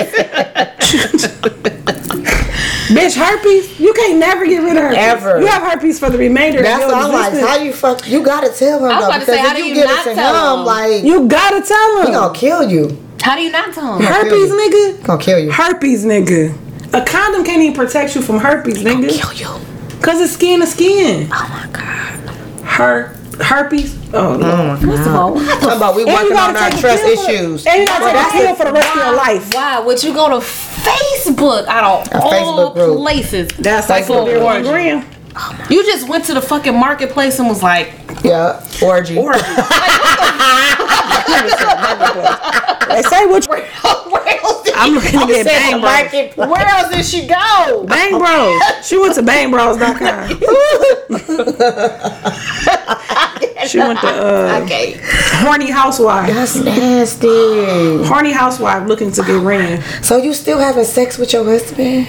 A: Bitch, herpes, you can't never get rid of herpes.
D: Ever.
A: You have herpes for the remainder
D: That's
A: of
D: what
A: your
D: I'm like.
A: existence.
D: How you fuck? You gotta tell him
I: I was
D: though,
I: about to
D: because
I: say, how
D: if
I: do
D: you
I: you
D: give
I: not
D: it to
I: tell
D: him,
I: him?
D: like he
A: you gotta tell him.
D: gonna kill you.
I: How do you not tell him?
A: herpes, nigga.
D: Gonna kill you.
A: Herpes, nigga. A condom can't even protect you from herpes, nigga. Kill you. Cause it's skin to skin. Oh my god. Her herpes. Oh no.
I: First of all, why,
D: Talking about we
A: And you
D: working
A: gotta
D: on our
A: take a
D: trust
A: pill for-
D: issues.
A: And you gotta take a pill for the rest of your life.
I: why would you go to Facebook out of
D: A
I: all
D: Facebook group.
I: places?
A: That's like
D: Facebook
A: for one
I: orgy.
A: gram.
I: You just went to the fucking marketplace and was like,
D: Yeah, orgy. *laughs* *laughs*
A: They say which *laughs* I'm looking to get Bang Bros.
D: Where else did she go?
A: Bang Bros. She went to *laughs* bangbros.com. she went to uh,
D: Okay.
A: horny housewife.
D: That's nasty.
A: Horny housewife looking to get ran.
D: So you still having sex with your husband?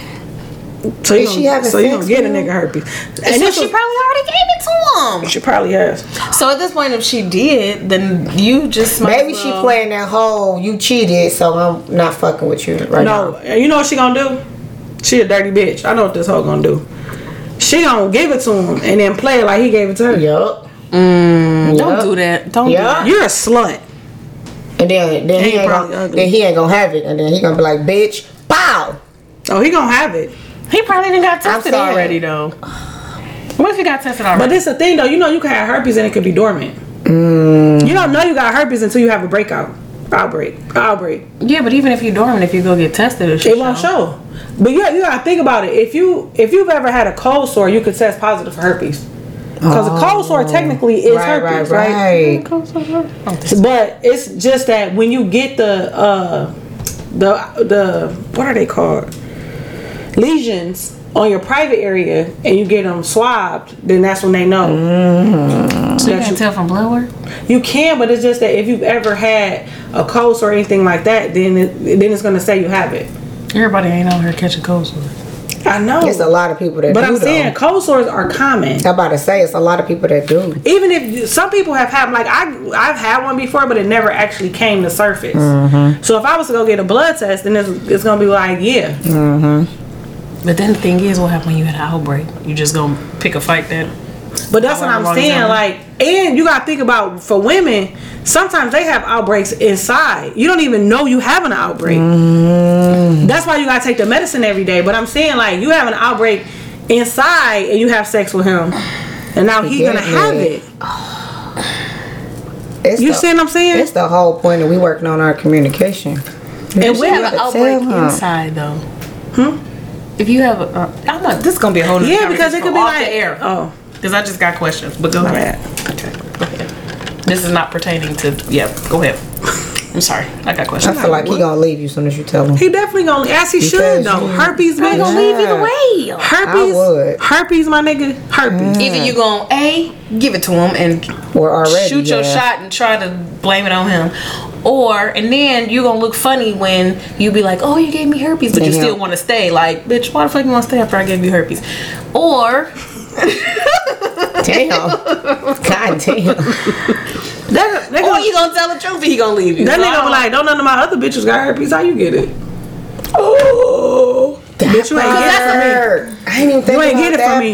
A: So you
D: Is she
A: gonna,
D: having
A: so you
D: sex
A: gonna get a
D: with him?
A: nigga herpes. And
I: so
A: this
I: she
A: was-
E: "Oh,
I: probably already gave it to him.
A: she probably has.
E: So at this point, if she did, then you just might
D: Maybe
E: as
D: she
E: well-
D: playing that whole you cheated, so I'm not fucking with you right
A: No,
D: now.
A: and you know what she gonna do? She a dirty bitch. I know what this hoe gonna do. She gonna give it to him and then play it like he gave it to her.
D: Yup.
E: Don't do that. Don't. do
D: Yup.
A: You're a slut.
D: And then then
A: He
D: he, ain't
A: probably
D: gonna,
A: ugly.
D: then he ain't gonna have it, and then he gonna be like, bitch, pow.
A: Oh, he gonna have it.
E: that. He probably didn't got tested
D: saying.
E: already though. What if he got tested already?
A: But this the thing though, you know you can have herpes and it could be dormant.
D: Mm.
A: You don't know you got herpes until you have a breakout. Outbreak. Outbreak.
E: yeah, but even if you're dormant, if you go get tested, it, should
A: It won't show. But you, you gotta think about it. If you if you've ever had a cold sore, you could test positive for herpes. Because a cold sore technically is
D: Right, right,
A: herpes,
D: right.
A: right? But it's just that when you get the uh the the what are they called lesions on your private area and you get them swabbed, then that's when they know.
D: Mm-hmm.
E: You can tell from blood work.
A: You can, but it's just that if you've ever had a cold or anything like that, then it, then it's gonna say you have it.
E: Everybody ain't out here catching colds. with it.
A: I know.
D: It's a lot of people that
A: But
D: do
A: I'm
D: though.
A: saying cold sores are common.
D: I'm about to say it's a lot of people that do.
A: Even if you, some people have had like I I've had one before, but it never actually came to surface. So if I was to go get a blood test, then it's, it's gonna be like yeah,
E: But then the thing is, what happens when you had an outbreak? You just gonna pick a fight that
A: But that's what
E: However
A: I'm
E: long
A: saying.
E: time.
A: Like, and you gotta think about for women. Sometimes they have outbreaks inside. You don't even know you have an outbreak. That's why you gotta take the medicine every day. But I'm saying like you have an outbreak inside and you have sex with him, and now he gonna
D: Forget
A: have
D: it.
A: it.
D: *sighs* It's
A: You
D: the,
A: see what I'm saying?
D: It's the whole point that we working on our communication.
A: and we
I: have an
D: Tell
I: outbreak
D: him.
E: inside though.
I: If you have a, uh,
E: I'm not. This is gonna be a whole. nother
A: Hmm? yeah, because it
E: conversation
A: could be
E: from off
A: like
E: the air.
A: Oh,
E: Because I just got questions. But go
A: my
E: ahead.
A: bad.
E: This is not pertaining to. Yeah, go ahead. I'm sorry. I got
D: I
E: questions.
D: feel like he gonna leave you soon as you tell him.
A: He definitely gonna as he should
D: Because
A: though.
D: you-
A: Herpes, bitch.
D: gonna leave either way.
A: Herpes,
D: I would.
A: herpes, my nigga. Herpes.
E: Either you gonna a give it to him and
D: Or already
E: shoot your
D: yeah.
E: shot and try to blame it on him, or and then you gonna look funny when you be like, oh, you gave me herpes, but you
A: Mm-hmm.
D: Yeah.
E: still want to stay. Like, bitch, why the fuck you want to stay after I gave you herpes?
A: *laughs*
E: Or
D: Damn. God damn.
A: That, that,
E: or you gonna tell the truth and he gonna leave you.
A: That
E: So I
A: nigga be
E: don't-
A: like, don't none of my other bitches got herpes. How you get
D: *laughs*
A: it? Oh, bitch, you ain't get it
D: Part. I didn't even think
A: You ain't
D: about
A: get it
D: that
A: from me.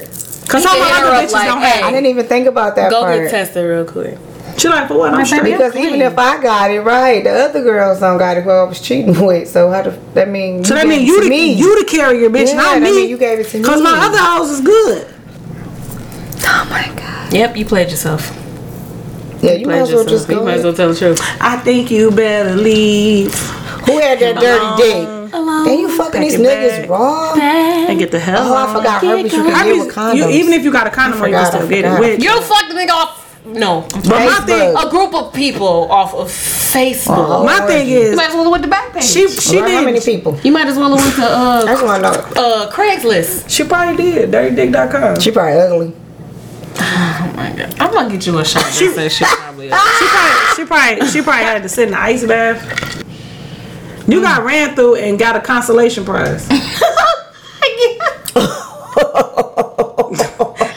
A: from me. Cause all my
E: hit her
A: other
E: up
A: bitches
E: like,
A: don't have.
D: I didn't even think about that
E: Go
D: part.
E: get tested real quick.
A: She like, for what? I'm straight.
D: because even if I got it right, the other girls don't got it. Who I was cheating *laughs* with, so how the that mean?
A: So that
D: gave
A: mean
D: it
A: you
D: to
A: the
D: me.
A: you the carrier, bitch,
D: Yeah,
A: not
D: that
A: me.
D: mean you gave it to
A: Cause my
D: me.
A: other house is good.
E: Yep, you played yourself.
D: yeah, you might as well just go.
E: might as well
D: with-
E: tell the truth.
A: I think you better leave
D: Who had that dirty dick? And you fucking these
A: it back.
D: niggas raw.
A: and get the hell.
D: Oh, I
A: out.
D: forgot herpes. You can get with
A: Herpes, you,
D: condoms.
A: even if you got a condom on, you can
D: forgot,
A: still
D: I
A: get it.
D: forgot.
A: Which,
E: You fucked the nigga off. No,
A: but my
D: Facebook.
A: thing,
E: a group of people off of Facebook.
D: Oh,
A: my thing
E: You
A: is,
E: might as well have went to Backpage.
A: she she
D: Right, how many
A: did.
D: people?
E: You might as well have went to
D: I
E: uh,
D: just want to know.
E: uh, Craigslist.
A: She probably did. DirtyDick.com.
D: She probably ugly.
E: oh I'm gonna get you a shot. She, said she probably is.
A: She probably, she probably, she probably had to sit in the ice bath. You got ran through and got a consolation prize. and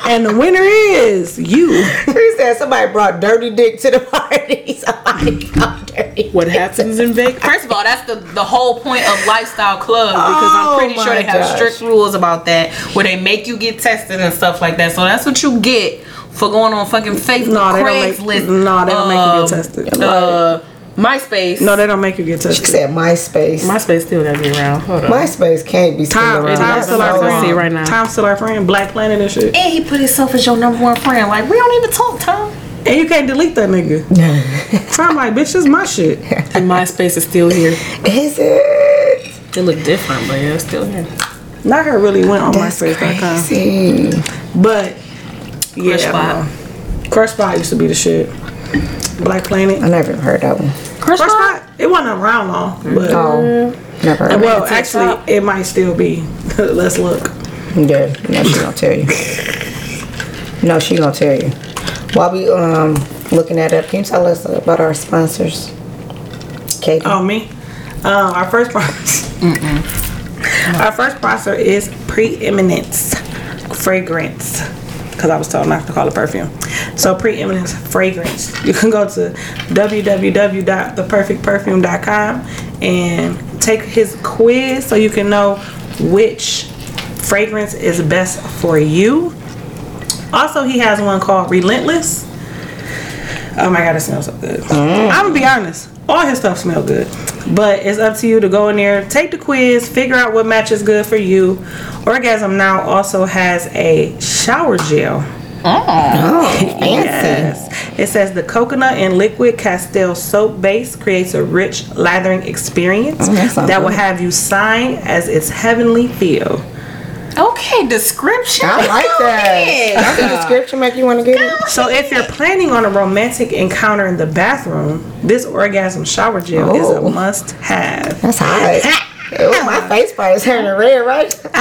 A: and the winner is you.
D: Chris said somebody brought dirty dick to the *laughs* party. Somebody brought dirty.
E: What happens in Vegas?
I: First of all, that's the, the whole point of lifestyle club because
D: Oh
I: I'm pretty sure
D: my
I: they have
D: gosh.
I: strict rules about that where they make you get tested and stuff like that. So that's what you get for going on fucking Facebook,
A: No, they don't make.
I: Craigslist,
A: No, they don't make you
I: um,
A: get tested.
I: uh, MySpace.
A: No, they don't make you get
D: She
A: tested.
D: said MySpace.
E: MySpace still gotta be around. Hold on.
D: MySpace can't be still
A: Time,
D: around.
A: time
D: That's
A: still our
D: so
A: friend.
E: see
D: long.
E: right now.
A: Time still our friend. Black Planet and shit.
I: and he put himself as your number one friend. Like we don't even talk, Tom.
A: And you can't delete that nigga. so I'm like, bitch, this is my shit.
E: And MySpace is still here.
D: *laughs* Is it?
E: It look different, but it's still here.
A: Not her really went on
D: That's
A: MySpace.com.
D: crazy.
A: But yeah,
I: Crush Bot.
A: Bot. Crush Bot used to be the shit. Black
D: I
A: Planet.
D: never even heard that one.
A: Crush Bot. It wasn't around long, but
D: Oh, never heard.
A: well, actually, it might still be. *laughs* Let's look.
D: Yeah, no, she gonna tell you. No, she gonna tell you. While we um looking that up, can you tell us about our sponsors? Katie.
A: Oh me. Um, our first sponsor. Our first sponsor is Preeminence Fragrance. Because I was told not to call it perfume. So Preeminence Fragrance. You can go to www.theperfectperfume.com and take his quiz so you can know which fragrance is best for you. Also, he has one called Relentless. Oh my god, it smells so good.
D: Mm.
A: I'm gonna be honest, all his stuff smell good, but it's up to you to go in there, take the quiz, figure out what matches good for you. Orgasm now also has a shower gel.
I: Oh,
D: Oh,
I: *laughs*
A: Yes. It says the coconut and liquid castile soap base creates a rich, lathering experience
D: Oh, that sounds
A: that will
D: good.
A: have you sign as its heavenly feel.
I: Okay, description.
D: I like that. Does the description make you want to get it?
A: So if you're planning on a romantic encounter in the bathroom, this orgasm shower gel is a
D: Oh.
A: must have.
D: *laughs* That's hot. Oh, my face part is turning red, right? what?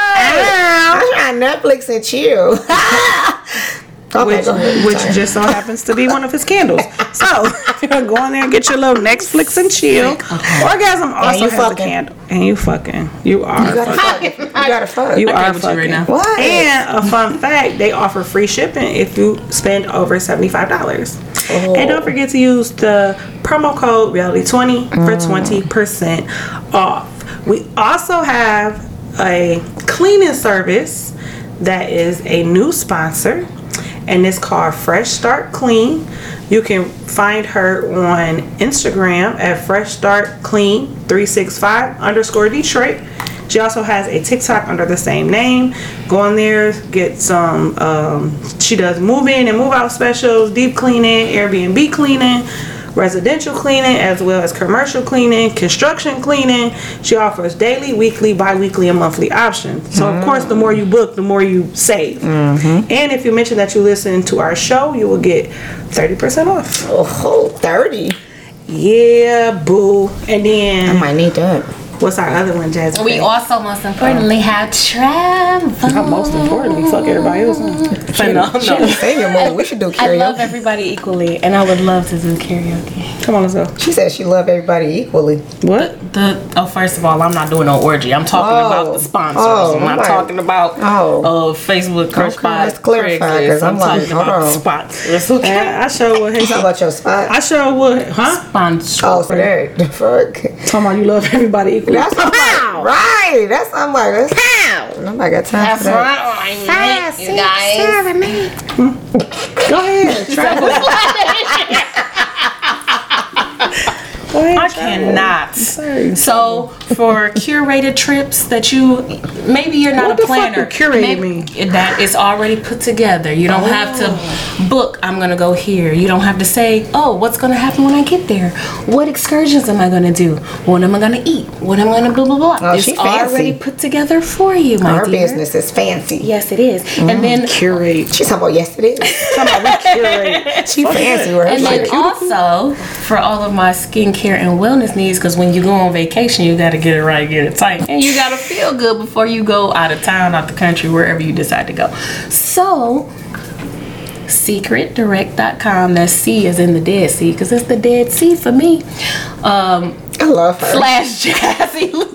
D: I'm trying Netflix and chill. okay,
A: which,
D: go ahead.
A: which just so happens to be one of his candles. So *laughs* go on there and get your little Netflix and chill. Orgasm also
D: you
A: has a
D: fucking.
A: candle, and you fucking, you are,
D: You gotta
A: fucking,
D: fuck. You gotta fuck.
A: you
I: I
A: are
I: agree with you
A: fucking.
I: right now.
D: what?
A: And a fun fact, they offer free shipping if you spend over seventy-five dollars. And don't forget to use the promo code Reality20 for twenty percent off. We also have a cleaning service that is a new sponsor, and it's called Fresh Start Clean. You can find her on Instagram at Fresh Start Clean 365 underscore Detroit. She also has a TikTok under the same name. Go on there, get some. Um, she does move in and move out specials, deep cleaning, Airbnb cleaning, residential cleaning, as well as commercial cleaning, construction cleaning. She offers daily, weekly, bi weekly, and monthly options. So, of course, the more you book, the more you save. And if you mention that you listen to our show, you will get 30% off.
D: Oh, 30.
A: Yeah, boo. And
D: I
A: then,
D: might need that.
A: what's our other one, Jasmine?
I: We also most importantly have travel.
A: Most importantly, fuck everybody else. huh?
D: She was singing more. We should do
J: I love
D: karaoke.
J: everybody equally, and I would love to do karaoke.
A: Come on, let's go.
D: She said she loved everybody equally.
A: What?
E: The, oh, first of all, I'm not doing no orgy. I'm talking
D: Oh.
E: about the sponsors.
D: Oh,
E: I'm not
D: right.
E: talking about
D: Oh.
E: uh, Facebook crush
D: Okay,
E: by
D: let's clarify, 'cause
E: Craigslist.
D: I'm
E: I'm,
D: like,
E: talking about
D: hold on.
E: sponsors. Okay.
A: Yeah, I sure would.
D: How about your spot?
A: I sure would. Huh?
E: Sponsor.
D: Oh, so there. The *laughs* fuck.
A: Talking about you love everybody equally. *laughs*
D: That's what I'm like. Right. That's I'm like. That's how. Nobody got time for that.
I: Five, six, guys.
A: Go ahead. *laughs*
D: *laughs*
A: Travel. Go ahead.
E: I cannot.
A: Sorry.
E: So for curated trips that you maybe you're not
A: What
E: a
A: the fuck
E: planner.
A: do curated
E: Maybe that is already put together. You don't have
D: Oh.
E: to book. I'm gonna go here. You don't have to say, oh, what's gonna happen when I get there? What excursions am I gonna do? What am I gonna eat? What am I gonna blah blah blah?
D: Oh,
E: it's
D: she fancy.
E: already put together for you, my
D: Her
E: dear.
D: business Mm. is fancy.
E: Yes, it is. And then
A: Curate.
D: She's talking about yes, it is.
A: Talking about we curate.
D: She fancy. Right?
E: And then also for all of my skincare and wellness needs, because when you go on vacation, you gotta get it right, get it tight, and you gotta feel good before you go out of town, out the country, wherever you decide to go. So, secretdirect.com. That C is in the Dead Sea, because it's the Dead Sea for me. Um,
D: I love her.
E: slash Jazzy.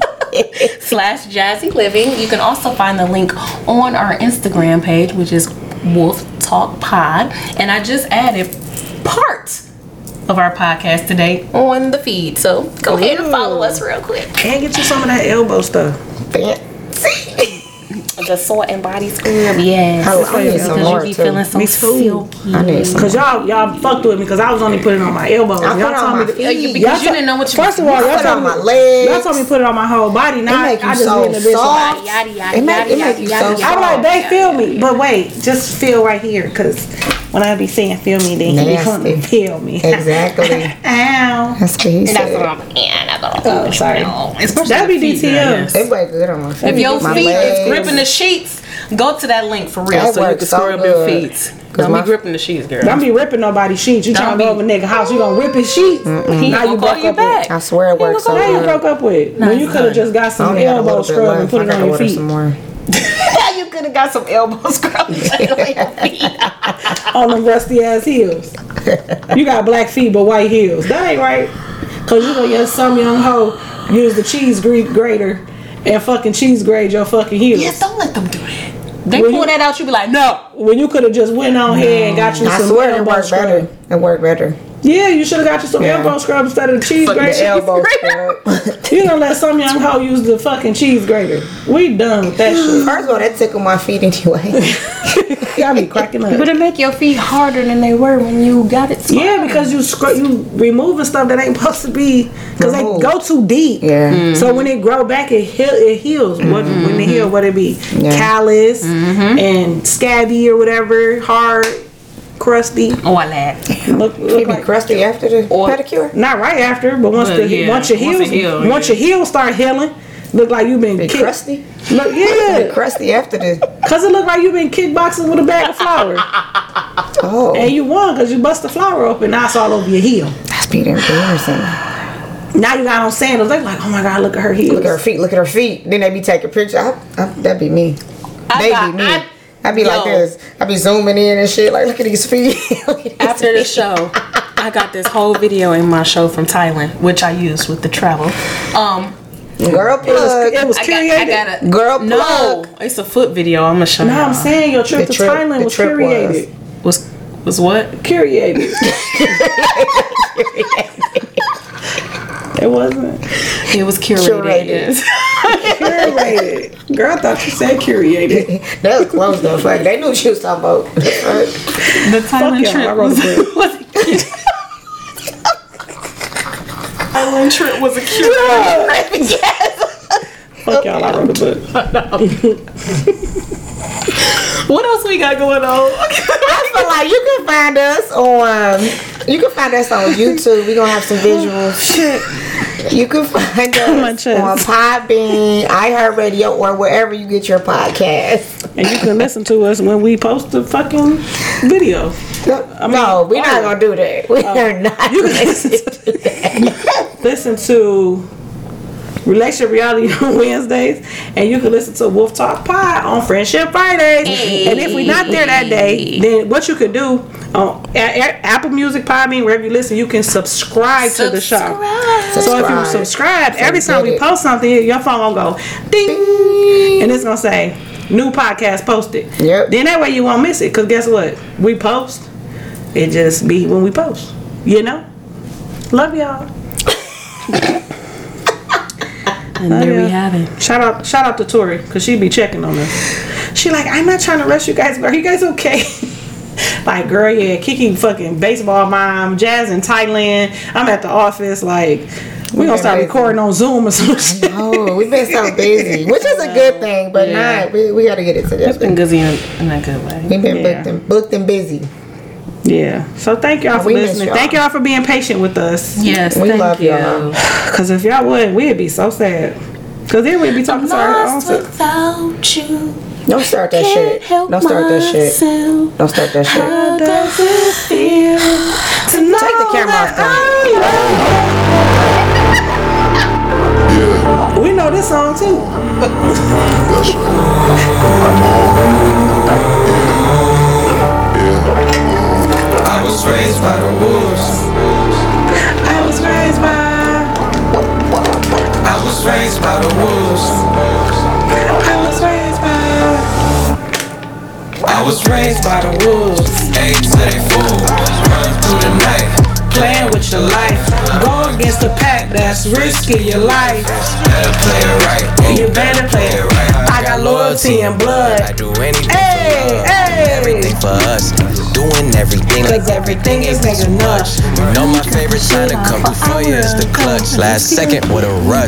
F: *laughs* slash jazzy living. You can also find the link on our Instagram page, which is Wolf Talk Pod. And I just added part of our podcast today on the feed. So go ahead and follow us real quick.
A: And get you some of that elbow stuff.
F: The salt and body scrub, yes.
D: Oh, I need some
F: Because
D: more
F: you be
D: too.
F: feeling so
A: Me too.
F: silky.
D: I need some.
A: Cause y'all y'all fucked with me because I was only putting it on my elbow.
D: I
A: Y'all
D: put it on
A: told
D: my
A: me to,
F: Yeah, you-
D: feet.
F: because
A: Y'all
F: you
A: t-
F: didn't know what you
A: first of all,
D: I
A: y'all
D: put it
A: told
D: on
A: me
D: my legs.
A: y'all told me to put it on my whole body.
D: It
A: Now I
D: make you
A: just
D: so
A: need a bit of
D: soft.
F: Yada, yada,
D: It make
F: yada,
D: it make you
F: yada,
D: so
F: yada.
A: I'm like,
D: soft.
A: they feel me, but wait, just feel right here, cause when I be saying feel me, then he be
D: Nasty.
A: coming to feel me.
F: *laughs*
A: *laughs*
D: Exactly.
A: Ow.
D: That's what he
F: That's what
D: said.
F: I'm, yeah, that's what I'm
A: Oh, sorry.
F: Especially
A: That'd be
F: the feet, girl,
A: DTM.
D: It way good on my feet.
F: If your
D: my
F: feet is
D: legs.
F: gripping the sheets, go to that link for real
D: That
F: so you
D: works
F: can
D: so
F: scrub your
D: good.
F: feet.
D: 'Cause
F: Don't
D: my-
F: be gripping the sheets, girl.
A: Don't be ripping nobody's sheets. You trying to go
F: be-
A: over a nigga house, you gonna rip his sheets.
F: He ain't
A: Now you
F: gonna call
A: broke
F: you
A: up with.
F: back. *laughs*
D: I swear it works so
A: Now you
D: good.
A: broke up with. When you could have just got
D: I
A: some
D: only got a
A: elbow
D: little bit
A: scrub and
D: left.
A: put
D: I
A: it
D: gotta
A: on your
D: order
A: feet.
D: some more.
F: you could have got some elbow *laughs* scrub.
D: *laughs*
A: on them rusty ass heels. you got black feet but white heels. That ain't right. Cause you gonna get some young hoe use the cheese gre- grater and fucking cheese grade your fucking heels.
F: yes, don't let them do that. They
A: Will
F: pull
A: you-
F: that out, you be like, no.
A: When you could have just went on here and got you
D: I
A: some
D: swear it
A: elbow
D: worked
A: scrub.
D: better. It worked better.
A: Yeah, you should have got you some
D: Yeah.
A: elbow scrub instead of the cheese
D: The
A: grater.
D: elbow scrub.
A: You gonna let some young hoe use the fucking cheese grater? We done with that shit.
D: First of all, that tickled my
A: *laughs*
D: feet anyway.
A: Y'all be cracking up.
F: But it make your feet harder than they were when you got it. Yeah.
A: Yeah, because you scr- you removing stuff that ain't *laughs* supposed to be because they
D: Removed.
A: go too deep.
D: Yeah. Mm-hmm.
A: So when it grow back, it heal it heals. What when it heal, what it be
D: Yeah. Mm-hmm.
A: callous and scabby or whatever, hard, crusty.
F: Or that.
A: Look,
D: It
A: look
D: be
A: like,
D: crusty after the pedicure.
A: not right after, but once
F: But
A: the
F: yeah,
A: once your
F: once
A: heels
F: it
A: once,
F: heal,
A: your heels start healing, look like you've been
D: Be
A: kick-
D: crusty.
A: Look,
D: *laughs* Be
A: yeah,
D: crusty after the.
A: cause it look like you've been kickboxing with a bag of
D: *laughs*
A: flour,
D: Oh,
A: and you won cause you bust the flour open. Now it's all over your heel.
D: that's being embarrassing.
A: Now you got on sandals. They like, oh my god, look at her heels.
D: Look at her feet. Look at her feet. Then they be taking pictures. I, I, that'd be me. they
F: got-
D: be me.
F: I-
D: I, would be like
F: Yo.
D: this. I'd be zooming in and shit. Like, look at these feet. *laughs*
F: After the show, I got this whole video in my show from Thailand, which I used with the travel. Um,
D: girl plug.
A: It was
F: I got, I
A: curated.
F: got a
D: Girl
F: no.
D: plug.
F: It's a foot video. I'm gonna show you.
A: no, I'm saying your trip to
D: The trip-
A: Thailand
D: the
A: was
D: trip was.
A: curated.
F: Was was what?
D: *laughs*
A: Curated. it wasn't
F: It was curated.
D: Curated.
F: yes.
A: curated. Girl, I thought you
F: *laughs*
A: said curated.
D: That was close though. Fuck, they knew what you was talking about. Fuck.
F: The Thailand
A: y'all, I
F: trip
A: wrote
F: was,
A: a book.
F: was Thailand trip was a cute.
A: Fuck y'all, I wrote a book.
F: *laughs* What else we got going on?
D: *laughs* I feel like you can find us on. You can find us on YouTube. We gonna have some visuals. *laughs*
A: Shit.
D: You can find
A: My
D: us
A: chest.
D: on Podbean, iHeartRadio, or wherever you get your podcast.
A: And you can listen to us when we post the fucking video.
D: no, we're not gonna do that. We are not.
A: You can listen to, listen to Relationship Reality *laughs* on Wednesdays, and you can listen to Wolf Talk Pod on Friendship Fridays. And if we're not there that day, then what you could do on A- A- Apple Music, Podbean, wherever you listen, you can subscribe, to the show. So if you subscribe, every time we
D: it.
A: post something, your phone will go ding, and it's gonna say new podcast posted.
D: Yep.
A: Then that way you won't miss it. Cause guess what? We post. It just be when we post. You know. Love y'all.
F: And there we have it.
A: Oh, Shout out, shout out to Tori, cause she be checking on us. She like, I'm not trying to rush you guys, but are you guys okay? *laughs* like, girl, yeah, Kiki, fucking baseball mom, Jazz in Thailand. I'm at the office, like, we gonna start
D: busy.
A: recording on Zoom or some *laughs* shit.
D: *laughs* Oh, we've been so busy, which *laughs* is a good thing, but not. We, we got to get it
F: It's been
D: together.
F: good in, in a good way.
D: We've been
A: Yeah.
D: booked and booked and busy.
A: Yeah. So thank y'all for
D: We miss
A: listening.
D: y'all.
A: Thank y'all for being patient with us.
F: Yes,
D: We
F: thank
D: love
F: you.
D: y'all.
A: Cause if y'all would, we'd be so sad. Cause then we'd be talking to our own self.
I: without you.
D: Don't start that shit. Don't start that shit. Don't start that shit. Take the camera off. though.
B: Yeah,
A: We know this song too.
B: that's right. Yeah,
C: I was raised by the wolves.
A: I was raised by
C: I was raised by the wolves. was raised by the wolves. Ape to they fool. Run through the night. Playing with your life. Go against the pack, that's risking your life. Better play it right. You better play it right. I got loyalty and blood. I do anything hey, for love. Hey. Everything for us. Doing everything. Cause everything is nigga nuts. You know my favorite sign to come through for you is the clutch. Last second, what a rush.